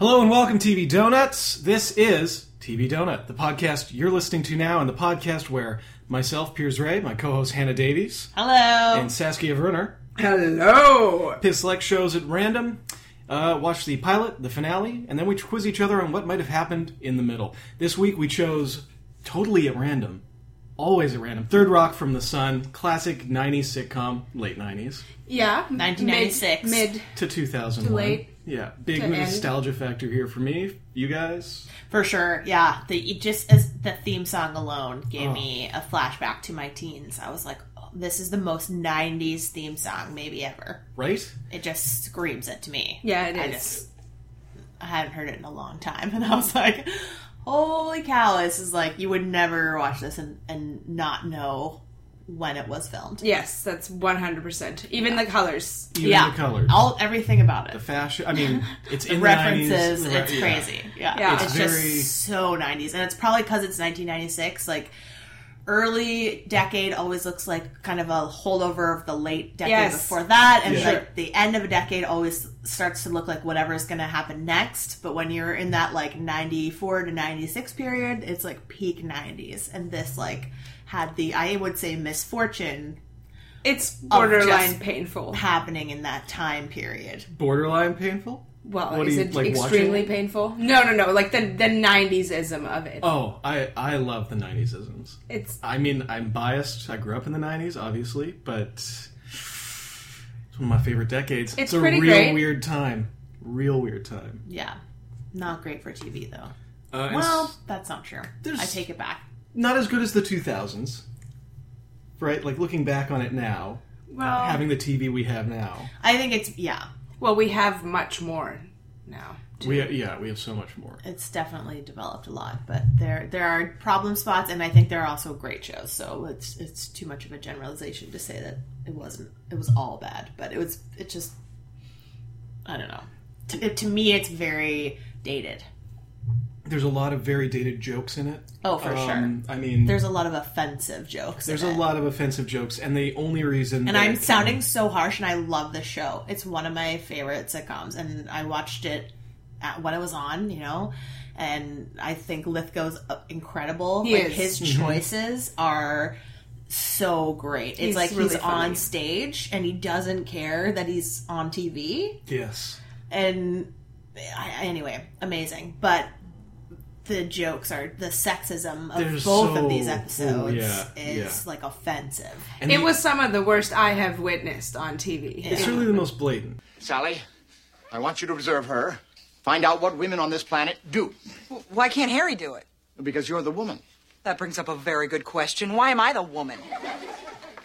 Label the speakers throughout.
Speaker 1: Hello and welcome, TV Donuts. This is TV Donut, the podcast you're listening to now, and the podcast where myself, Piers Ray, my co-host Hannah Davies,
Speaker 2: Oh.
Speaker 3: Hello.
Speaker 1: and Saskia Werner
Speaker 2: Hello.
Speaker 1: pick select shows at random, uh, watch the pilot, the finale, and then we quiz each other on what might have happened in the middle. This week we chose totally at random, always at random. Third Rock from the Sun, classic '90s sitcom, late '90s
Speaker 2: Yeah.
Speaker 3: 1996.
Speaker 2: Mid. mid.
Speaker 1: to 2001.
Speaker 2: Too late.
Speaker 1: Yeah, big
Speaker 2: To end.
Speaker 1: nostalgia factor here for me. You guys,
Speaker 3: For sure, yeah. The it just as the theme song alone gave
Speaker 1: Oh.
Speaker 3: me a flashback to my teens. I was like, oh, this is the most '90s theme song maybe ever.
Speaker 1: right?
Speaker 3: It just screams it to me.
Speaker 2: Yeah, it
Speaker 3: I
Speaker 2: is.
Speaker 3: just I hadn't heard it in a long time, and I was like, holy cow! This is like you would never watch this and and not know when it was filmed.
Speaker 2: Yes, that's one hundred percent. Even the colors.
Speaker 1: Even the colors,
Speaker 3: all everything about it.
Speaker 1: the fashion. I mean, it's in the
Speaker 3: references.
Speaker 1: 90s,
Speaker 3: it's
Speaker 1: yeah.
Speaker 3: crazy. Yeah,
Speaker 2: Yeah.
Speaker 3: it's,
Speaker 2: It's
Speaker 1: very-
Speaker 3: just so '90s, and it's probably because it's 1996. Like early decade always looks like kind of a holdover of the late decade
Speaker 2: Yes.
Speaker 3: before that, and
Speaker 1: Yeah.
Speaker 3: like the end of a decade always starts to look like whatever is going to happen next. But when you're in that like '94 to '96 period, it's like peak '90s, and this like had the I would say misfortune
Speaker 2: It's borderline
Speaker 3: Oh, just-
Speaker 2: painful.
Speaker 3: happening in that time period.
Speaker 1: Borderline painful.
Speaker 2: Well,
Speaker 1: What
Speaker 2: is
Speaker 1: do you,
Speaker 2: it
Speaker 1: like, watch
Speaker 2: extremely
Speaker 1: it?
Speaker 2: painful? No, no, no. Like the the nineties ism of it.
Speaker 1: Oh, I I love the '90s isms.
Speaker 2: It's
Speaker 1: I mean, I'm biased. I grew up in the '90s, obviously, but it's one of my favorite decades.
Speaker 2: It's
Speaker 1: a
Speaker 2: pretty
Speaker 1: real
Speaker 2: great.
Speaker 1: weird time. Real weird time.
Speaker 3: Yeah, not great for TV though.
Speaker 1: Uh,
Speaker 3: Well,
Speaker 1: it's
Speaker 3: that's not true.
Speaker 1: There's-
Speaker 3: I take it back.
Speaker 1: not as good as the 2000s, right? Like looking back on it now,
Speaker 3: Oh.
Speaker 2: well,
Speaker 1: having the TV we have now,
Speaker 3: I think it's yeah,
Speaker 2: well, we have much more now.
Speaker 1: we yeah we have so much more.
Speaker 3: it's definitely developed a lot, but there there are problem spots, and I think there are also great shows. So it's it's too much of a generalization to say that it wasn't it was all bad, but it was it just I don't know. To, it, to me, it's very dated.
Speaker 1: There's a lot of very dated jokes in it.
Speaker 3: Oh, for sure.
Speaker 1: Um, I mean, there's,
Speaker 3: There's a lot of offensive jokes. in
Speaker 1: a
Speaker 3: it.
Speaker 1: lot of offensive jokes, and the only reason that
Speaker 3: And I'm
Speaker 1: it-
Speaker 3: sounding so harsh, and I love the show. It's one of my favorite sitcoms, and I watched it at, when it was on, you know. And I think Lithgow's uh, incredible.
Speaker 2: He
Speaker 3: like
Speaker 2: is.
Speaker 3: his
Speaker 1: Mm-hmm.
Speaker 3: choices are so great. It's
Speaker 2: He's
Speaker 3: like
Speaker 2: really
Speaker 3: he's
Speaker 2: funny.
Speaker 3: on stage and he doesn't care that he's on TV
Speaker 1: yes.
Speaker 3: and I, anyway, amazing. But the jokes are the sexism of
Speaker 1: They're
Speaker 3: both
Speaker 1: so-
Speaker 3: of these episodes
Speaker 1: yeah,
Speaker 3: is like offensive.
Speaker 1: And
Speaker 2: it
Speaker 1: the-
Speaker 2: was some of the worst I have witnessed on TV.
Speaker 1: it's really the most blatant.
Speaker 4: Sally, I want you to observe her. Find out what women on this planet do.
Speaker 5: Why can't Harry do it?
Speaker 4: Because you're the woman.
Speaker 5: That brings up a very good question. Why am I the woman?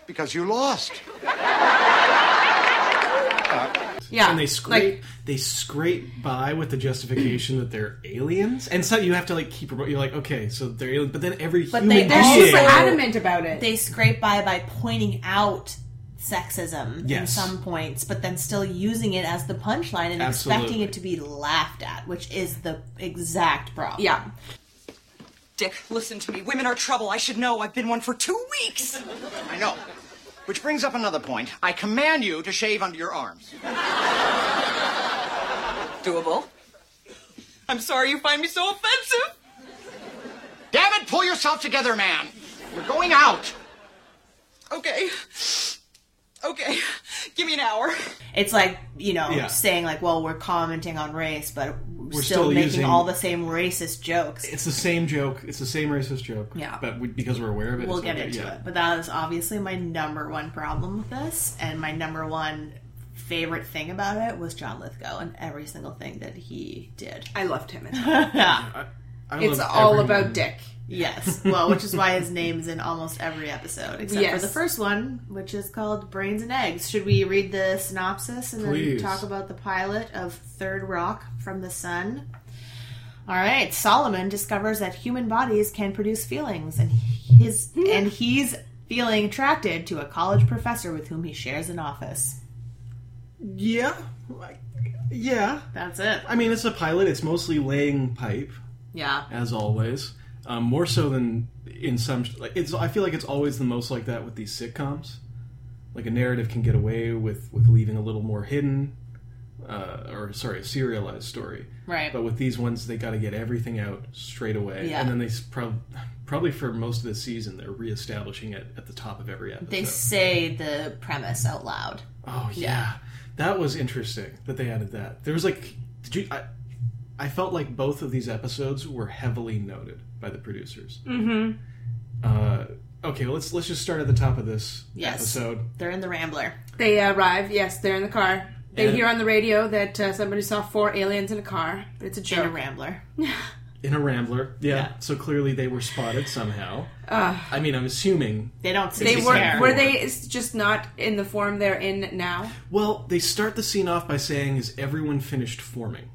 Speaker 4: Because you lost.
Speaker 2: yeah,
Speaker 1: and they
Speaker 2: Like,
Speaker 1: scrape they scrape by with the justification that they're aliens, and so you have to like keep remo- you're like okay, so they're aliens, but then every
Speaker 3: But
Speaker 1: human
Speaker 3: they
Speaker 2: they're
Speaker 3: also-
Speaker 1: being,
Speaker 2: super adamant about it.
Speaker 3: they scrape by by pointing out sexism in
Speaker 1: Yes.
Speaker 3: some points, but then still using it as the punchline and expecting
Speaker 1: Absolutely.
Speaker 3: it to be laughed at, which is the exact problem.
Speaker 2: yeah,
Speaker 5: Dick, listen to me. Women are trouble. I should know. I've been one for two weeks.
Speaker 4: I know. Which brings up another point. I command you to shave under your arms.
Speaker 5: Doable. I'm sorry you find me so offensive.
Speaker 4: Damn it, pull yourself together, man. You're going out.
Speaker 5: Okay. Okay. Give me an hour.
Speaker 3: It's like, you know,
Speaker 1: Yeah.
Speaker 3: saying like, well, we're commenting on race, but we're still,
Speaker 1: still
Speaker 3: making
Speaker 1: using-
Speaker 3: all the same racist jokes.
Speaker 1: It's the same joke. It's the same racist joke.
Speaker 3: Yeah.
Speaker 1: but we, because we're aware of it,
Speaker 3: We'll
Speaker 1: it's
Speaker 3: get
Speaker 1: okay,
Speaker 3: into
Speaker 1: yeah.
Speaker 3: it. But that is obviously my number one problem with this, and my number one favorite thing about it was John Lithgow and every single thing that he did.
Speaker 2: I loved him.
Speaker 1: I
Speaker 2: It's
Speaker 1: love
Speaker 2: all
Speaker 1: every
Speaker 2: about
Speaker 1: moment.
Speaker 2: Dick.
Speaker 3: Yes. Well, which is why his name is in almost every episode, except for
Speaker 2: Yes.
Speaker 3: the first one, which is called Brains and Eggs. Should we read the synopsis and
Speaker 1: Please.
Speaker 3: then talk about the pilot of Third Rock from the Sun? All right. Solomon discovers that human bodies can produce feelings, and his and he's feeling attracted to a college professor with whom he shares an office.
Speaker 1: Yeah, like, yeah.
Speaker 3: That's it.
Speaker 1: I mean, it's a pilot. It's mostly laying pipe,
Speaker 3: Yeah.
Speaker 1: as always. Um, more so than in some, like it's. I feel like it's always the most like that with these sitcoms. Like a narrative can get away with with leaving a little more hidden. uh, or sorry, a serialized story.
Speaker 3: Right.
Speaker 1: But with these ones, they got to get everything out straight away,
Speaker 3: Yeah.
Speaker 1: and then they s- prob- probably for most of the season they're reestablishing it at the top of every episode.
Speaker 3: They say the premise out loud.
Speaker 1: Oh yeah. that was interesting that they added that. There was like, did you? I, I felt like both of these episodes were heavily noted by the producers. Mm-hmm. Uh, okay, let's let's just start at the top of this
Speaker 3: Yes.
Speaker 1: episode.
Speaker 3: They're in the Rambler.
Speaker 2: They arrive. Yes, they're in the car. They
Speaker 1: And-
Speaker 2: hear on the radio that uh, somebody saw four aliens in a car. But it's a
Speaker 3: In a
Speaker 2: joke.
Speaker 3: Rambler.
Speaker 1: In a Rambler, yeah. So clearly they were spotted somehow. I mean, I'm assuming.
Speaker 3: They don't seem
Speaker 2: They
Speaker 3: to
Speaker 2: were
Speaker 3: care.
Speaker 2: were they is just not in the form they're in now.
Speaker 1: Well, they start the scene off by saying, "Is everyone finished forming?"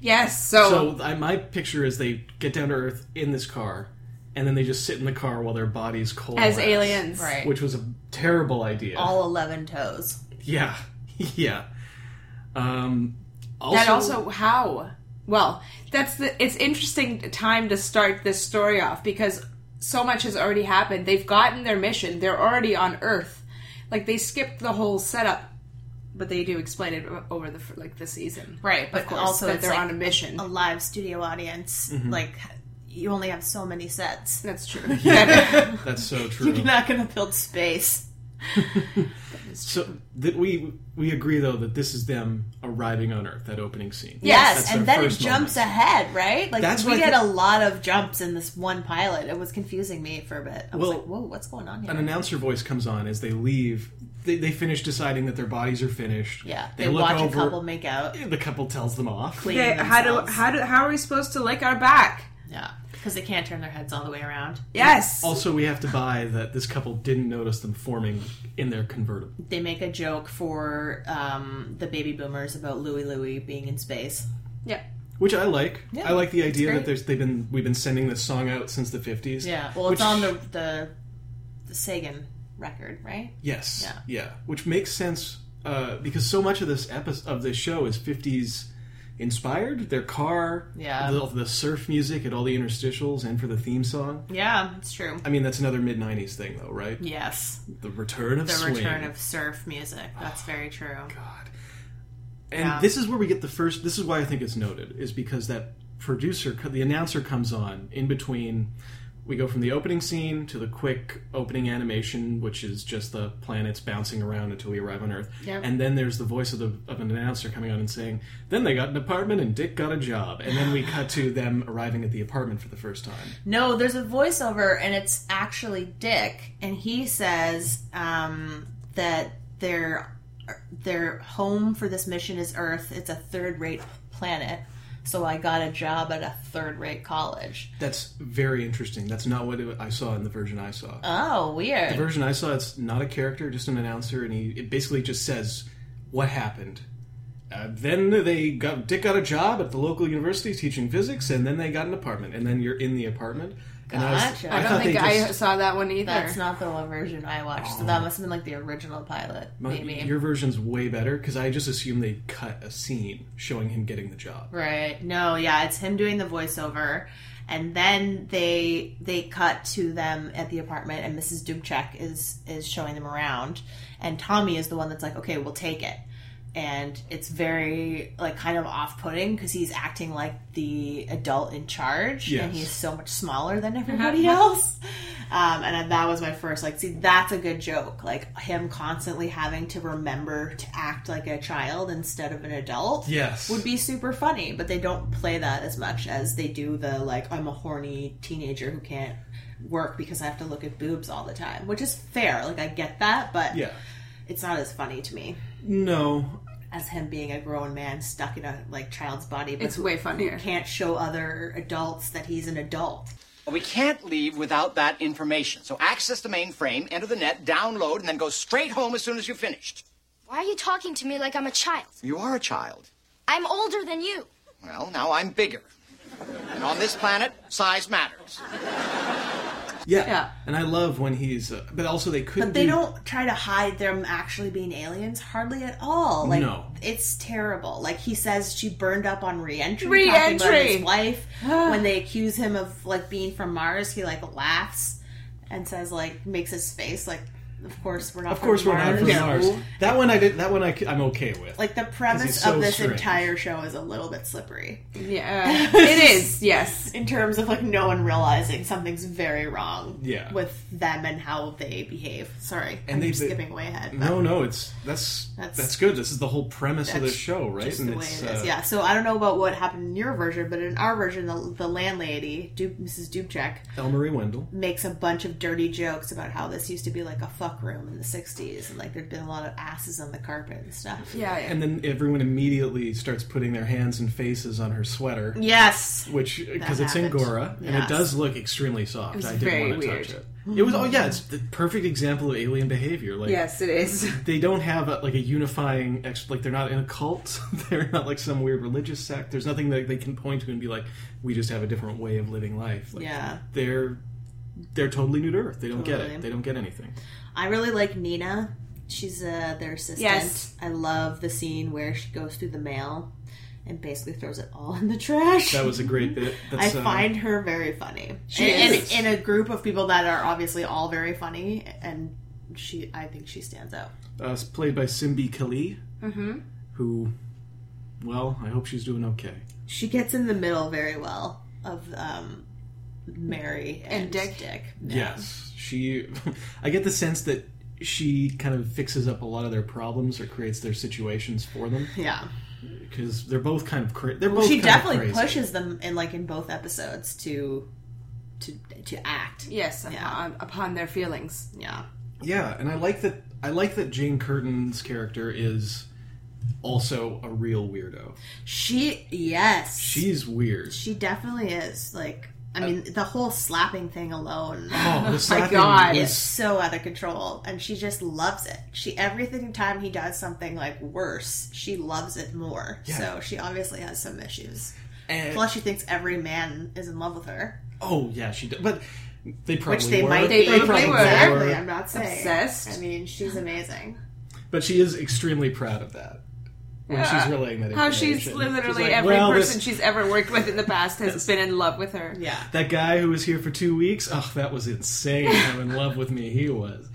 Speaker 2: Yes. So,
Speaker 1: So I, my picture is they get down to Earth in this car, and then they just sit in the car while their bodies coalesce
Speaker 2: as aliens,
Speaker 3: Right.
Speaker 1: which was a terrible idea.
Speaker 3: all eleven toes.
Speaker 1: Yeah, yeah. Um, also,
Speaker 2: That also how well that's the it's interesting time to start this story off because so much has already happened. They've gotten their mission. They're already on Earth. Like they skipped the whole setup, but they do explain it o- over the f- like the season,
Speaker 3: Right, but
Speaker 2: Of course,
Speaker 3: also
Speaker 2: that
Speaker 3: it's
Speaker 2: they're
Speaker 3: like
Speaker 2: on a mission.
Speaker 3: a live studio audience.
Speaker 1: Mm-hmm.
Speaker 3: Like you only have so many sets.
Speaker 2: That's true. That-
Speaker 1: that's so true.
Speaker 3: You're not going to build space.
Speaker 1: so that we we agree though that this is them arriving on Earth. That opening scene.
Speaker 3: Yes,
Speaker 1: That's
Speaker 3: and
Speaker 1: their
Speaker 3: then it
Speaker 1: first
Speaker 3: jumps
Speaker 1: moment.
Speaker 3: ahead, right? Like
Speaker 1: That's
Speaker 3: we
Speaker 1: what I
Speaker 3: get
Speaker 1: think-
Speaker 3: a lot of jumps in this one pilot. It was confusing me for a bit. I was
Speaker 1: Well,
Speaker 3: like, "Whoa, what's going on
Speaker 1: An
Speaker 3: here?"
Speaker 1: announcer voice comes on as they leave. They, they finish deciding that their bodies are finished.
Speaker 3: Yeah,
Speaker 1: they,
Speaker 3: they,
Speaker 1: look
Speaker 3: watch
Speaker 1: over.
Speaker 3: a couple make out.
Speaker 1: The couple tells them off.
Speaker 3: clean
Speaker 2: Okay, how do
Speaker 3: themselves.
Speaker 2: how do how are we supposed to lick our back?
Speaker 3: Yeah, because they can't turn their heads all the way around.
Speaker 2: Yes.
Speaker 1: Also, we have to buy that this couple didn't notice them forming in their convertible.
Speaker 3: They make a joke for um, the baby boomers about Louie Louie being in space.
Speaker 2: yeah.
Speaker 1: Which I like.
Speaker 3: Yeah,
Speaker 1: I like the idea that
Speaker 3: great.
Speaker 1: there's they've been we've been sending this song out since the fifties.
Speaker 3: Yeah, well,
Speaker 1: Which-
Speaker 3: it's on the the, the Sagan record, right?
Speaker 1: Yes.
Speaker 3: Yeah.
Speaker 1: Which makes sense uh, because so much of this episode of this show is fifties inspired. Their car,
Speaker 3: Yeah.
Speaker 1: the, the surf music at all the interstitials, and for the theme song.
Speaker 3: Yeah, it's true.
Speaker 1: I mean, that's another mid nineties thing, though, right?
Speaker 3: Yes,
Speaker 1: The return of
Speaker 3: the
Speaker 1: swing. Ah,
Speaker 3: return of surf music. That's very true.
Speaker 1: God. And
Speaker 3: Yeah.
Speaker 1: this is where we get the first. This is why I think it's noted is because that producer, the announcer, comes on in between. We go from the opening scene to the quick opening animation, which is just the planets bouncing around until we arrive on Earth.
Speaker 2: Yeah.
Speaker 1: And then there's the voice of, the, of an announcer coming on and saying, "Then they got an apartment and Dick got a job." And then we cut to them arriving at the apartment for the first time.
Speaker 3: No, there's a voiceover, and it's actually Dick, and he says um, that their their home for this mission is Earth. It's a third rate planet, so I got a job at a third rate college.
Speaker 1: That's very interesting. That's not what it, I saw in the version I saw.
Speaker 3: Oh, weird.
Speaker 1: The version I saw, it's not a character, just an announcer, and he it basically just says what happened. Uh, then they got Dick got a job at the local university teaching physics, and then they got an apartment, and then you're in the apartment. And
Speaker 3: Gotcha.
Speaker 2: I
Speaker 3: I
Speaker 2: don't
Speaker 1: thought
Speaker 2: think
Speaker 1: they
Speaker 2: I
Speaker 1: just-
Speaker 2: saw that one either.
Speaker 3: That's not the one version I watched. So
Speaker 1: Oh.
Speaker 3: that must have been like the original pilot,
Speaker 1: my-
Speaker 3: maybe.
Speaker 1: your version's way better because I just assumed they cut a scene showing him getting the job.
Speaker 3: Right. No, yeah, it's him doing the voiceover. And then they they cut to them at the apartment and Mrs. Dubchek is is showing them around and Tommy is the one that's like, "Okay, we'll take it." And it's very like kind of off-putting cuz he's acting like the adult in charge
Speaker 1: Yes.
Speaker 3: and he's so much smaller than everybody else. Um, and that was my first like see that's a good joke like him constantly having to remember to act like a child instead of an adult
Speaker 1: Yes.
Speaker 3: would be super funny, but they don't play that as much as they do the like I'm a horny teenager who can't work because I have to look at boobs all the time, which is fair. Like I get that, but
Speaker 1: Yeah.
Speaker 3: it's not as funny to me
Speaker 1: No.
Speaker 3: as him being a grown man stuck in a like child's body but
Speaker 2: it's
Speaker 3: who
Speaker 2: way funnier.
Speaker 3: can't show other adults that he's an adult.
Speaker 4: But we can't leave without that information. So access the mainframe, enter the net, download, and then go straight home as soon as you're finished.
Speaker 6: Why are you talking to me like I'm a child?
Speaker 4: You are a child.
Speaker 6: I'm older than you.
Speaker 4: Well, now I'm bigger. And on this planet, size matters.
Speaker 1: Yeah.
Speaker 2: Yeah.
Speaker 1: And I love when he's, uh, but also they couldn't.
Speaker 3: But they
Speaker 1: do-
Speaker 3: don't try to hide them actually being aliens hardly at all. Like
Speaker 1: No.
Speaker 3: it's terrible. Like he says she burned up on reentry, talking
Speaker 2: Re-entry.
Speaker 3: about his wife. when they accuse him of like being from Mars, he like laughs and says like makes his face like Of course, we're not.
Speaker 1: Of course, we're not from
Speaker 2: No.
Speaker 1: Mars. That one I did. That one I, am okay with.
Speaker 3: Like the
Speaker 1: 'Cause it's
Speaker 3: premise
Speaker 1: so
Speaker 3: of this
Speaker 1: strange.
Speaker 3: entire show is a little bit slippery
Speaker 2: Yeah, it is. Yes,
Speaker 3: in terms of like no one realizing something's very wrong.
Speaker 1: Yeah.
Speaker 3: With them and how they behave. Sorry,
Speaker 1: And
Speaker 3: I'm
Speaker 1: they-
Speaker 3: just
Speaker 1: they-
Speaker 3: skipping way ahead. but
Speaker 1: no, no, it's that's that's,
Speaker 3: That's-
Speaker 1: good. This is the whole premise of the show, right?
Speaker 3: Just the way
Speaker 1: it's,
Speaker 3: it
Speaker 1: uh,
Speaker 3: is, yeah. So I don't know about what happened in your version, but in our version, the, the landlady, Du- Mrs. Dubchek,
Speaker 1: Elmery E. Wendell.
Speaker 3: makes a bunch of dirty jokes about how this used to be like a fuck room in the 60s and like there'd been a lot of asses on the carpet and stuff.
Speaker 2: yeah, yeah.
Speaker 1: And then everyone immediately starts putting their hands and faces on her sweater,
Speaker 3: Yes.
Speaker 1: which because it's
Speaker 3: happened.
Speaker 1: Angora and it
Speaker 3: Yes.
Speaker 1: does look extremely soft. I didn't
Speaker 2: very
Speaker 1: want to
Speaker 2: weird.
Speaker 1: touch it. It was oh yeah, it's the perfect example of alien behavior. Like
Speaker 2: yes, it is.
Speaker 1: they don't have a, like a unifying ex- like they're not in a cult they're not like some weird religious sect there's nothing that they can point to and be like we just have a different way of living life like,
Speaker 3: Yeah.
Speaker 1: they're they're totally new to earth they don't get it
Speaker 3: Totally.
Speaker 1: they don't get anything
Speaker 3: I really like Nina. She's uh, their assistant.
Speaker 2: Yes.
Speaker 3: I love the scene where she goes through the mail and basically throws it all in the trash.
Speaker 1: that was a great bit
Speaker 3: I
Speaker 1: That's, uh,
Speaker 3: find her very funny.
Speaker 1: is.
Speaker 3: in, in, in a group of people that are obviously all very funny and she I think she stands out.
Speaker 1: uh, it's played by simbi kali
Speaker 3: Mm-hmm.
Speaker 1: who well i hope she's doing okay
Speaker 3: she gets in the middle very well of um, Mary and,
Speaker 2: Dick.
Speaker 1: yes she i get the sense that she kind of fixes up a lot of their problems or creates their situations for them
Speaker 3: Yeah,
Speaker 1: because they're both kind of cra- they're both
Speaker 3: she
Speaker 1: kind of
Speaker 3: definitely
Speaker 1: crazy.
Speaker 3: pushes them in like in both episodes to to to act.
Speaker 2: Yes, upon,
Speaker 3: Yeah.
Speaker 2: upon their feelings.
Speaker 3: Yeah,
Speaker 1: Yeah, and I like that. I like that Jane Curtin's character is also a real weirdo.
Speaker 3: she yes, she,
Speaker 1: She's weird.
Speaker 3: definitely is. Like, I mean, the whole slapping thing alone.
Speaker 1: Uh, Oh, the slapping
Speaker 2: God.
Speaker 1: was-
Speaker 3: is so out of control and she just loves it she every single time he does something like worse she loves it more so she obviously has some issues
Speaker 1: and-
Speaker 3: plus she thinks every man is in love with her
Speaker 1: oh yeah, she did. But they probably
Speaker 3: Which they
Speaker 1: were.
Speaker 3: might
Speaker 2: They
Speaker 3: be.
Speaker 2: probably were.
Speaker 3: Exactly. I'm not saying.
Speaker 2: Obsessed.
Speaker 3: I mean, she's amazing.
Speaker 1: But she is extremely proud of that when she's relaying that.
Speaker 2: How she's
Speaker 1: information.
Speaker 2: literally
Speaker 1: like,
Speaker 2: every
Speaker 1: "Well, this-
Speaker 2: person she's ever worked with in the past has been in love with her.
Speaker 3: Yeah.
Speaker 1: That guy who was here for two weeks. Oh, that was insane. How in love with me he was.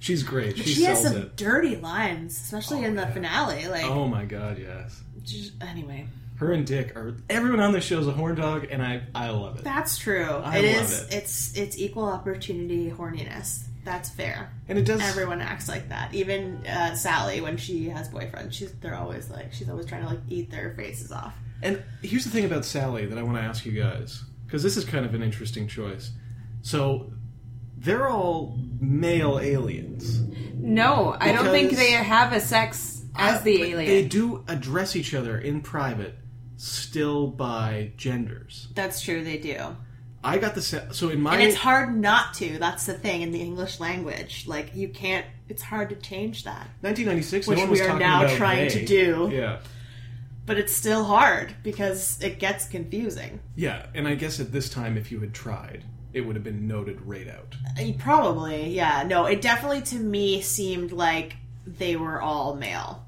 Speaker 1: She's great. She,
Speaker 3: She has
Speaker 1: sells
Speaker 3: some
Speaker 1: it.
Speaker 3: dirty lines, especially in the finale. Like,
Speaker 1: Oh my god, yes.
Speaker 3: j- anyway,
Speaker 1: Her and Dick are everyone on this show is a horn dog, and I I love it.
Speaker 3: that's true.
Speaker 1: I
Speaker 3: it
Speaker 1: love
Speaker 3: is.
Speaker 1: it.
Speaker 3: It's it's equal opportunity horniness. That's fair.
Speaker 1: And it does
Speaker 3: Everyone acts like that. Even uh, Sally, when she has boyfriends, she's they're always like she's always trying to like eat their faces off.
Speaker 1: And here's the thing about Sally that I want to ask you guys, because this is kind of an interesting choice. So they're all male aliens.
Speaker 2: No, I don't think
Speaker 1: Because-
Speaker 2: they have a sex as the alien.
Speaker 1: They do address each other in private, still by genders.
Speaker 3: That's true. They do.
Speaker 1: I got the se- so in my
Speaker 3: And it's hard not to. That's the thing in the English language. Like you can't. It's hard to change that.
Speaker 1: 1996, no
Speaker 3: Which
Speaker 1: one was
Speaker 3: we are
Speaker 1: talking
Speaker 3: now
Speaker 1: about
Speaker 3: trying to
Speaker 1: they.
Speaker 3: do.
Speaker 1: Yeah,
Speaker 3: but it's still hard because it gets confusing.
Speaker 1: yeah. And I guess at this time, if you had tried, it would have been noted right out.
Speaker 3: Uh, Probably, yeah. No, it definitely to me seemed like they were all male.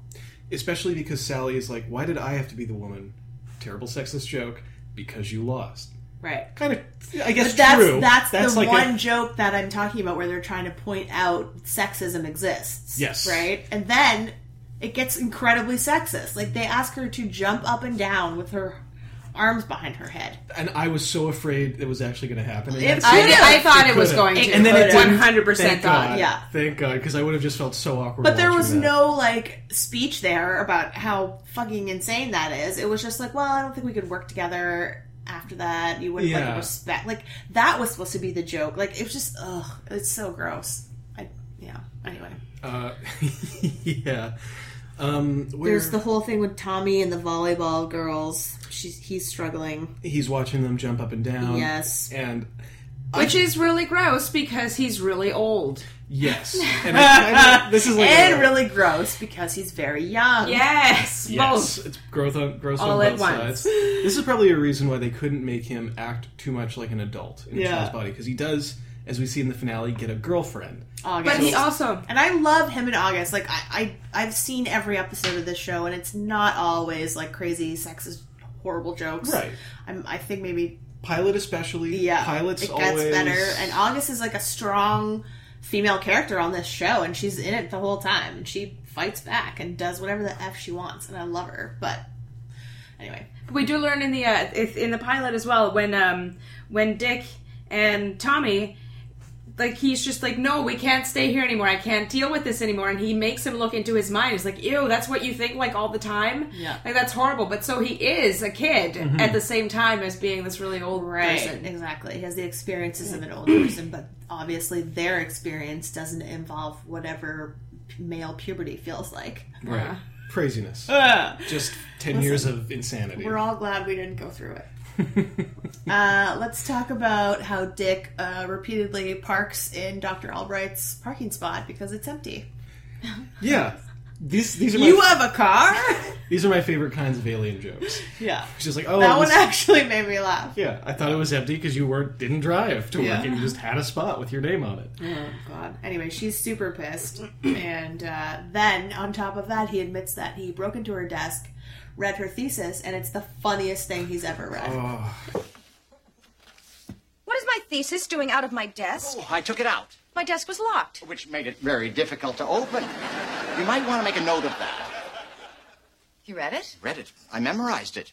Speaker 1: especially because Sally is like, "Why did I have to be the woman?" Terrible sexist joke. Because you lost.
Speaker 3: Right.
Speaker 1: Kind of, I guess
Speaker 3: But that's
Speaker 1: true.
Speaker 3: that's, the
Speaker 1: like
Speaker 3: one
Speaker 1: A,
Speaker 3: joke that I'm talking about where they're trying to point out sexism exists.
Speaker 1: Yes.
Speaker 3: Right? And then it gets incredibly sexist. Like they ask her to jump up and down with her arms behind her head.
Speaker 1: and I was so afraid it was actually going to happen. And
Speaker 3: It
Speaker 1: that's-
Speaker 2: I,
Speaker 3: could've.
Speaker 2: I thought it, was
Speaker 1: could've.
Speaker 2: going to.
Speaker 1: and then it
Speaker 3: could've.
Speaker 1: didn't.
Speaker 2: one hundred percent
Speaker 1: Thank God.
Speaker 2: thought.
Speaker 3: Yeah.
Speaker 1: Thank God, because I would have just felt so awkward.
Speaker 3: But there
Speaker 1: watching
Speaker 3: was
Speaker 1: that.
Speaker 3: no like speech there about how fucking insane that is. It was just like, well, I don't think we could work together after that. You wouldn't
Speaker 1: Yeah.
Speaker 3: like respect. Like that was supposed to be the joke. Like it was just, ugh, it's so gross. I yeah. Anyway,
Speaker 1: Uh, yeah. Um, where
Speaker 3: there's the whole thing with Tommy and the volleyball girls. She's he's struggling.
Speaker 1: he's watching them jump up and down.
Speaker 3: Yes.
Speaker 1: And
Speaker 2: Which is really gross because he's really old.
Speaker 1: yes. And I, kinda- this is like
Speaker 3: and
Speaker 1: a-
Speaker 3: really gross because he's very young.
Speaker 2: Yes,
Speaker 1: Yes, it's growth on growth
Speaker 2: All
Speaker 1: on
Speaker 2: at
Speaker 1: both
Speaker 2: once.
Speaker 1: sides. This is probably a reason why they couldn't make him act too much like an adult in a
Speaker 3: Yeah.
Speaker 1: child's body because he does, as we see in the finale, get a girlfriend.
Speaker 3: August.
Speaker 2: But he also
Speaker 3: And I love him in August. Like I, I I've seen every episode of this show, and it's not always like crazy sexist, horrible jokes.
Speaker 1: Right.
Speaker 3: I'm, I think maybe
Speaker 1: Pilot especially.
Speaker 3: yeah.
Speaker 1: Pilots
Speaker 3: it gets uh,
Speaker 1: always
Speaker 3: better, and August is like a strong female character on this show, and she's in it the whole time, and she fights back and does whatever the f she wants, and I love her. But anyway,
Speaker 2: We do learn in the uh, if- in the pilot as well when um when Dick and Tommy like he's just like no we can't stay here anymore I can't deal with this anymore and he makes him look into his mind he's like ew that's what you think like all the time
Speaker 3: Yeah.
Speaker 2: like that's horrible but so he is a kid
Speaker 1: Mm-hmm.
Speaker 2: at the same time as being this really old person
Speaker 3: exactly. He has the experiences of an old person, but obviously their experience doesn't involve whatever male puberty feels like.
Speaker 1: Right. Craziness. Just 10 years of insanity.
Speaker 3: We're all glad we didn't go through it. uh, let's talk about how Dick uh, repeatedly parks in Dr. Albright's parking spot because it's empty.
Speaker 1: yeah. These, these, are my,
Speaker 3: You have a car?
Speaker 1: these are my favorite kinds of alien jokes.
Speaker 3: yeah.
Speaker 1: It's just like, oh,
Speaker 3: That one
Speaker 1: this-
Speaker 3: actually made me laugh.
Speaker 1: yeah, I thought it was empty because you weren't didn't drive to work
Speaker 3: Yeah.
Speaker 1: and you just had a spot with your name on it.
Speaker 3: Oh, God. Anyway, she's super pissed. And uh, then, on top of that, he admits that he broke into her desk, read her thesis, and it's the funniest thing he's ever read.
Speaker 7: What is my thesis doing out of my desk?
Speaker 4: Oh, I took it out,
Speaker 7: My desk was locked.
Speaker 4: which made it very difficult to open. You might want to make a note of that.
Speaker 7: You read it?
Speaker 4: Read it. I memorized it.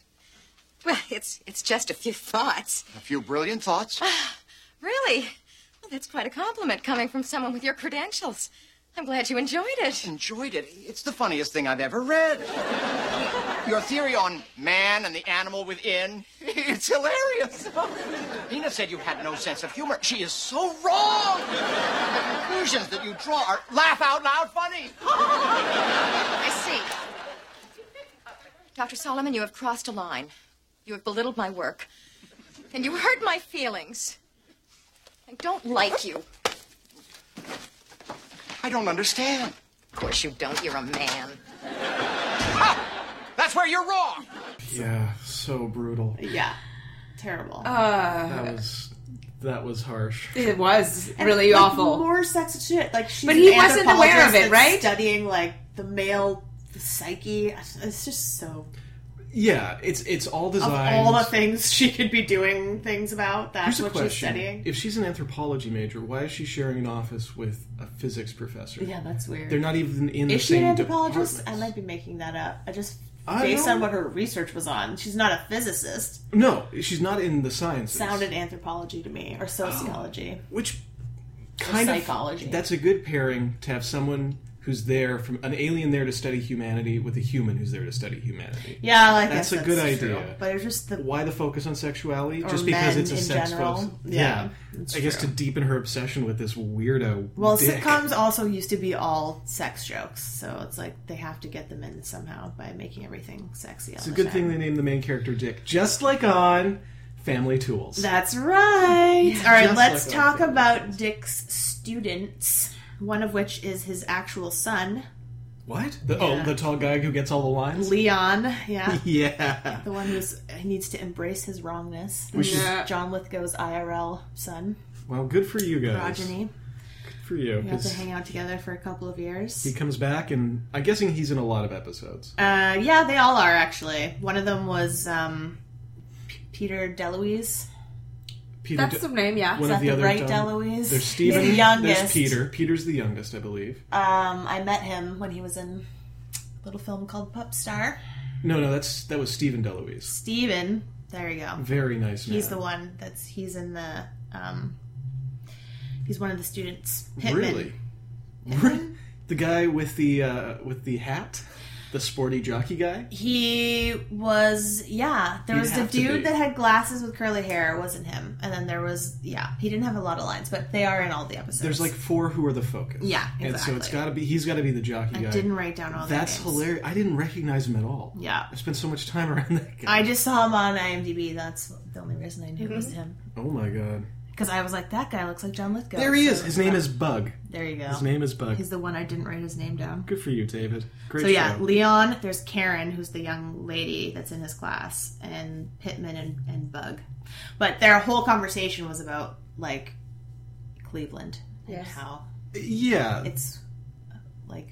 Speaker 7: Well, it's it's just a few thoughts.
Speaker 4: A few brilliant thoughts.
Speaker 7: Really? Well, that's quite a compliment coming from someone with your credentials. I'm glad you enjoyed it.
Speaker 4: Enjoyed it. It's the funniest thing I've ever read. Your theory on man and the animal within, it's hilarious. Nina said you had no sense of humor. She is so wrong. The conclusions that you draw are laugh out loud funny.
Speaker 7: I see. Dr. Solomon, you have crossed a line. You have belittled my work. And you hurt my feelings. I don't like you.
Speaker 4: I don't understand.
Speaker 7: Of course you don't. You're a man.
Speaker 4: That's where you're wrong.
Speaker 1: Yeah, so brutal.
Speaker 3: Yeah. Terrible.
Speaker 2: Oh,
Speaker 1: That was that was harsh.
Speaker 2: it was really
Speaker 3: like,
Speaker 2: awful
Speaker 3: More sex shit. Like she's
Speaker 2: But he
Speaker 3: an
Speaker 2: wasn't aware
Speaker 3: anthropologist
Speaker 2: of it,
Speaker 3: that's
Speaker 2: right?
Speaker 3: Studying like the male psyche. It's just so
Speaker 1: Yeah, it's it's all designed.
Speaker 3: all the things she could be doing things about. That's
Speaker 1: Here's a
Speaker 3: what she's
Speaker 1: question:
Speaker 3: studying.
Speaker 1: If she's an anthropology major, why is she sharing an office with a physics professor?
Speaker 3: yeah, that's weird.
Speaker 1: they're not even in the
Speaker 3: Is she
Speaker 1: same
Speaker 3: an anthropologist?
Speaker 1: departments.
Speaker 3: I might be making that up. I just
Speaker 1: I
Speaker 3: based
Speaker 1: don't-
Speaker 3: on what her research was on, she's not a physicist.
Speaker 1: No, she's not in the sciences.
Speaker 3: Sounded anthropology to me or sociology.
Speaker 1: which kind of
Speaker 3: psychology.
Speaker 1: That's a good pairing to have someone who's there from an alien there to study humanity with a human who's there to study humanity.
Speaker 3: Yeah, I
Speaker 1: That's
Speaker 3: guess
Speaker 1: a
Speaker 3: that's
Speaker 1: good
Speaker 3: true.
Speaker 1: idea.
Speaker 3: But it's just the
Speaker 1: Why the focus on sexuality?
Speaker 3: Or
Speaker 1: Just because
Speaker 3: men
Speaker 1: it's a
Speaker 3: in
Speaker 1: sex
Speaker 3: general.
Speaker 1: focus.
Speaker 3: Yeah, that's
Speaker 1: I guess to
Speaker 3: true.
Speaker 1: deepen her obsession with this weirdo.
Speaker 3: well,
Speaker 1: dick.
Speaker 3: sitcoms also used to be all sex jokes, so it's like they have to get them in somehow by making everything sexy.
Speaker 1: It's a good thing they named the main character Dick, just like on Family Tools.
Speaker 3: That's right. All right,
Speaker 1: just
Speaker 3: let's
Speaker 1: like
Speaker 3: talk
Speaker 1: that.
Speaker 3: about Dick's students, one of which is his actual son,
Speaker 1: what? The, Oh, the tall guy who gets all the lines.
Speaker 3: Leon. Yeah.
Speaker 1: Yeah.
Speaker 3: The one who's he needs to embrace his wrongness.
Speaker 1: We should-
Speaker 3: This is John Lithgow's IRL son,
Speaker 1: Well, good for you guys.
Speaker 3: progeny.
Speaker 1: Good for you.
Speaker 3: They have to
Speaker 1: 'cause
Speaker 3: hang out together for a couple of years.
Speaker 1: He comes back, and I'm guessing he's in a lot of episodes.
Speaker 3: Uh, yeah, they all are actually. One of them was um, P- Peter DeLuise.
Speaker 1: Peter
Speaker 2: that's
Speaker 1: D-
Speaker 2: the name yeah
Speaker 1: one
Speaker 3: Is
Speaker 1: of
Speaker 3: that
Speaker 1: the,
Speaker 3: the
Speaker 1: other
Speaker 3: right
Speaker 1: dumb-
Speaker 3: DeLuise?
Speaker 1: There's Steven.
Speaker 3: The
Speaker 1: There's
Speaker 3: youngest.
Speaker 1: Peter. Peter's the youngest, I believe.
Speaker 3: Um, I met him when he was in a little film called Pup Star.
Speaker 1: no, no, that's that was Steven DeLuise.
Speaker 3: Steven. There you go.
Speaker 1: Very nice man.
Speaker 3: He's the one that's he's in the um he's one of the students. Pittman.
Speaker 1: Really? the guy with the uh, with the hat, the sporty jockey guy.
Speaker 3: He was yeah, there
Speaker 1: You'd
Speaker 3: was a
Speaker 1: have to be.
Speaker 3: dude that had glasses with curly hair, wasn't him. And then there was yeah, he didn't have a lot of lines, but they are in all the episodes.
Speaker 1: There's like four who are the focus.
Speaker 3: Yeah,
Speaker 1: And so it's
Speaker 3: exactly.
Speaker 1: got to be he's got to be the jockey
Speaker 3: I
Speaker 1: guy.
Speaker 3: didn't write down all
Speaker 1: That's
Speaker 3: their names.
Speaker 1: hilarious. I didn't recognize him at all.
Speaker 3: Yeah.
Speaker 1: I spent so much time around that guy.
Speaker 3: I just saw him on IMDb. That's the only reason I knew it was him.
Speaker 1: oh my god.
Speaker 3: Because I was like, that guy looks like John Lithgow.
Speaker 1: There he
Speaker 3: So
Speaker 1: is. His name is Bug.
Speaker 3: There you go.
Speaker 1: His name is Bug.
Speaker 3: He's the one I didn't write his name down.
Speaker 1: Good for you, David. Great
Speaker 3: So yeah,
Speaker 1: show.
Speaker 3: Leon. There's Karen, who's the young lady that's in his class, and Pittman and, and Bug. But their whole conversation was about like Cleveland and how
Speaker 1: yeah.
Speaker 3: it's like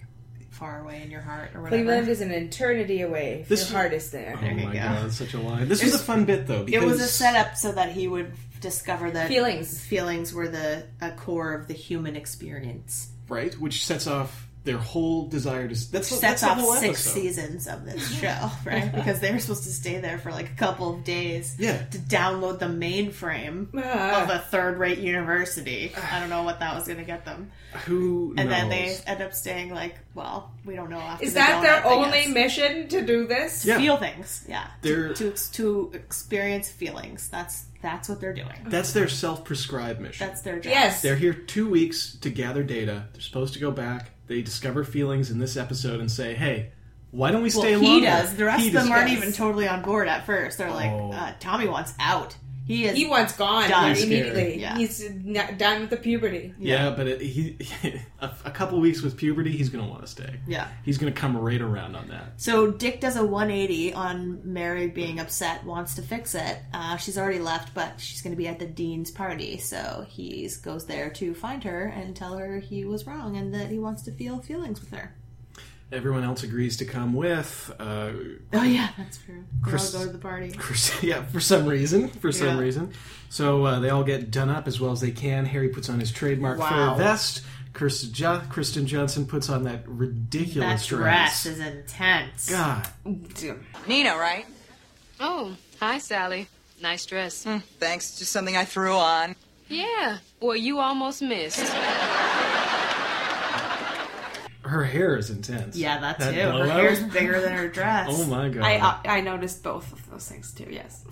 Speaker 3: far away in your heart or whatever.
Speaker 2: Cleveland is an eternity away if
Speaker 1: This-
Speaker 2: your heart is there
Speaker 1: Oh my
Speaker 3: you go.
Speaker 1: god, that's such a lie. This was a fun bit though.
Speaker 3: It
Speaker 1: Because
Speaker 3: was a setup so that he would discover that
Speaker 8: Feelings.
Speaker 3: feelings were the a core of the human experience.
Speaker 1: right? Which sets off their whole desire to. That's
Speaker 3: Sets
Speaker 1: that's the
Speaker 3: off
Speaker 1: whole
Speaker 3: six
Speaker 1: episode.
Speaker 3: seasons of this show, right? because they were supposed to stay there for like a couple of days
Speaker 1: Yeah.
Speaker 3: to download the mainframe
Speaker 2: Ah.
Speaker 3: of a third-rate university. I don't know what that was going to get them,
Speaker 1: Who
Speaker 3: and then they
Speaker 1: knows?
Speaker 3: end up staying like, well, we don't know. After
Speaker 2: Is
Speaker 3: the
Speaker 2: that their
Speaker 3: donut, I
Speaker 2: only
Speaker 3: guess.
Speaker 2: mission to do this?
Speaker 1: Yeah.
Speaker 3: feel things. Yeah,
Speaker 1: They're-
Speaker 3: to, to ex- to experience feelings. That's that's what they're doing.
Speaker 1: That's their self-prescribed mission.
Speaker 3: That's their job.
Speaker 2: Yes.
Speaker 1: They're here two weeks to gather data. They're supposed to go back. They discover feelings in this episode and say, "Hey, why don't we
Speaker 3: well,
Speaker 1: stay
Speaker 3: he
Speaker 1: longer?"
Speaker 3: does. The rest
Speaker 1: He
Speaker 3: of them
Speaker 1: does.
Speaker 3: aren't even totally on board at first. They're like,
Speaker 1: Oh.
Speaker 3: uh, Tommy wants out. He is.
Speaker 2: He wants gone
Speaker 3: Done.
Speaker 1: He's scared.
Speaker 2: immediately.
Speaker 3: Yeah.
Speaker 2: He's n- done with the puberty.
Speaker 1: Yeah, but it, he a, a couple weeks with puberty, he's going to want to stay.
Speaker 3: Yeah.
Speaker 1: he's going to come right around on that.
Speaker 3: So Dick does a 180 on Mary being upset, wants to fix it. Uh, she's already left, but she's going to be at the dean's party. So he goes there to find her and tell her he was wrong and that he wants to feel feelings with her.
Speaker 1: Everyone else agrees to come with. Uh,
Speaker 3: Oh yeah, that's true. They
Speaker 1: Chris-
Speaker 3: all go to the party.
Speaker 1: for, yeah, for some reason, for some
Speaker 3: Yeah.
Speaker 1: reason. So uh, they all get done up as well as they can. Harry puts on his trademark
Speaker 3: Wow.
Speaker 1: fur vest. Kirsten, jo- Kristen Johnson puts on that ridiculous
Speaker 3: That dress is intense.
Speaker 1: God,
Speaker 5: Nina, right?
Speaker 9: Oh, hi, Sally. Nice dress.
Speaker 5: Thanks, just something I threw on.
Speaker 9: Yeah. Well, you almost missed.
Speaker 1: her hair is intense.
Speaker 3: Yeah, that
Speaker 1: That
Speaker 3: too. Her
Speaker 1: blowout?
Speaker 3: hair's bigger than her dress.
Speaker 1: Oh my god!
Speaker 2: I
Speaker 1: I,
Speaker 2: uh, I noticed both of those things too. Yes.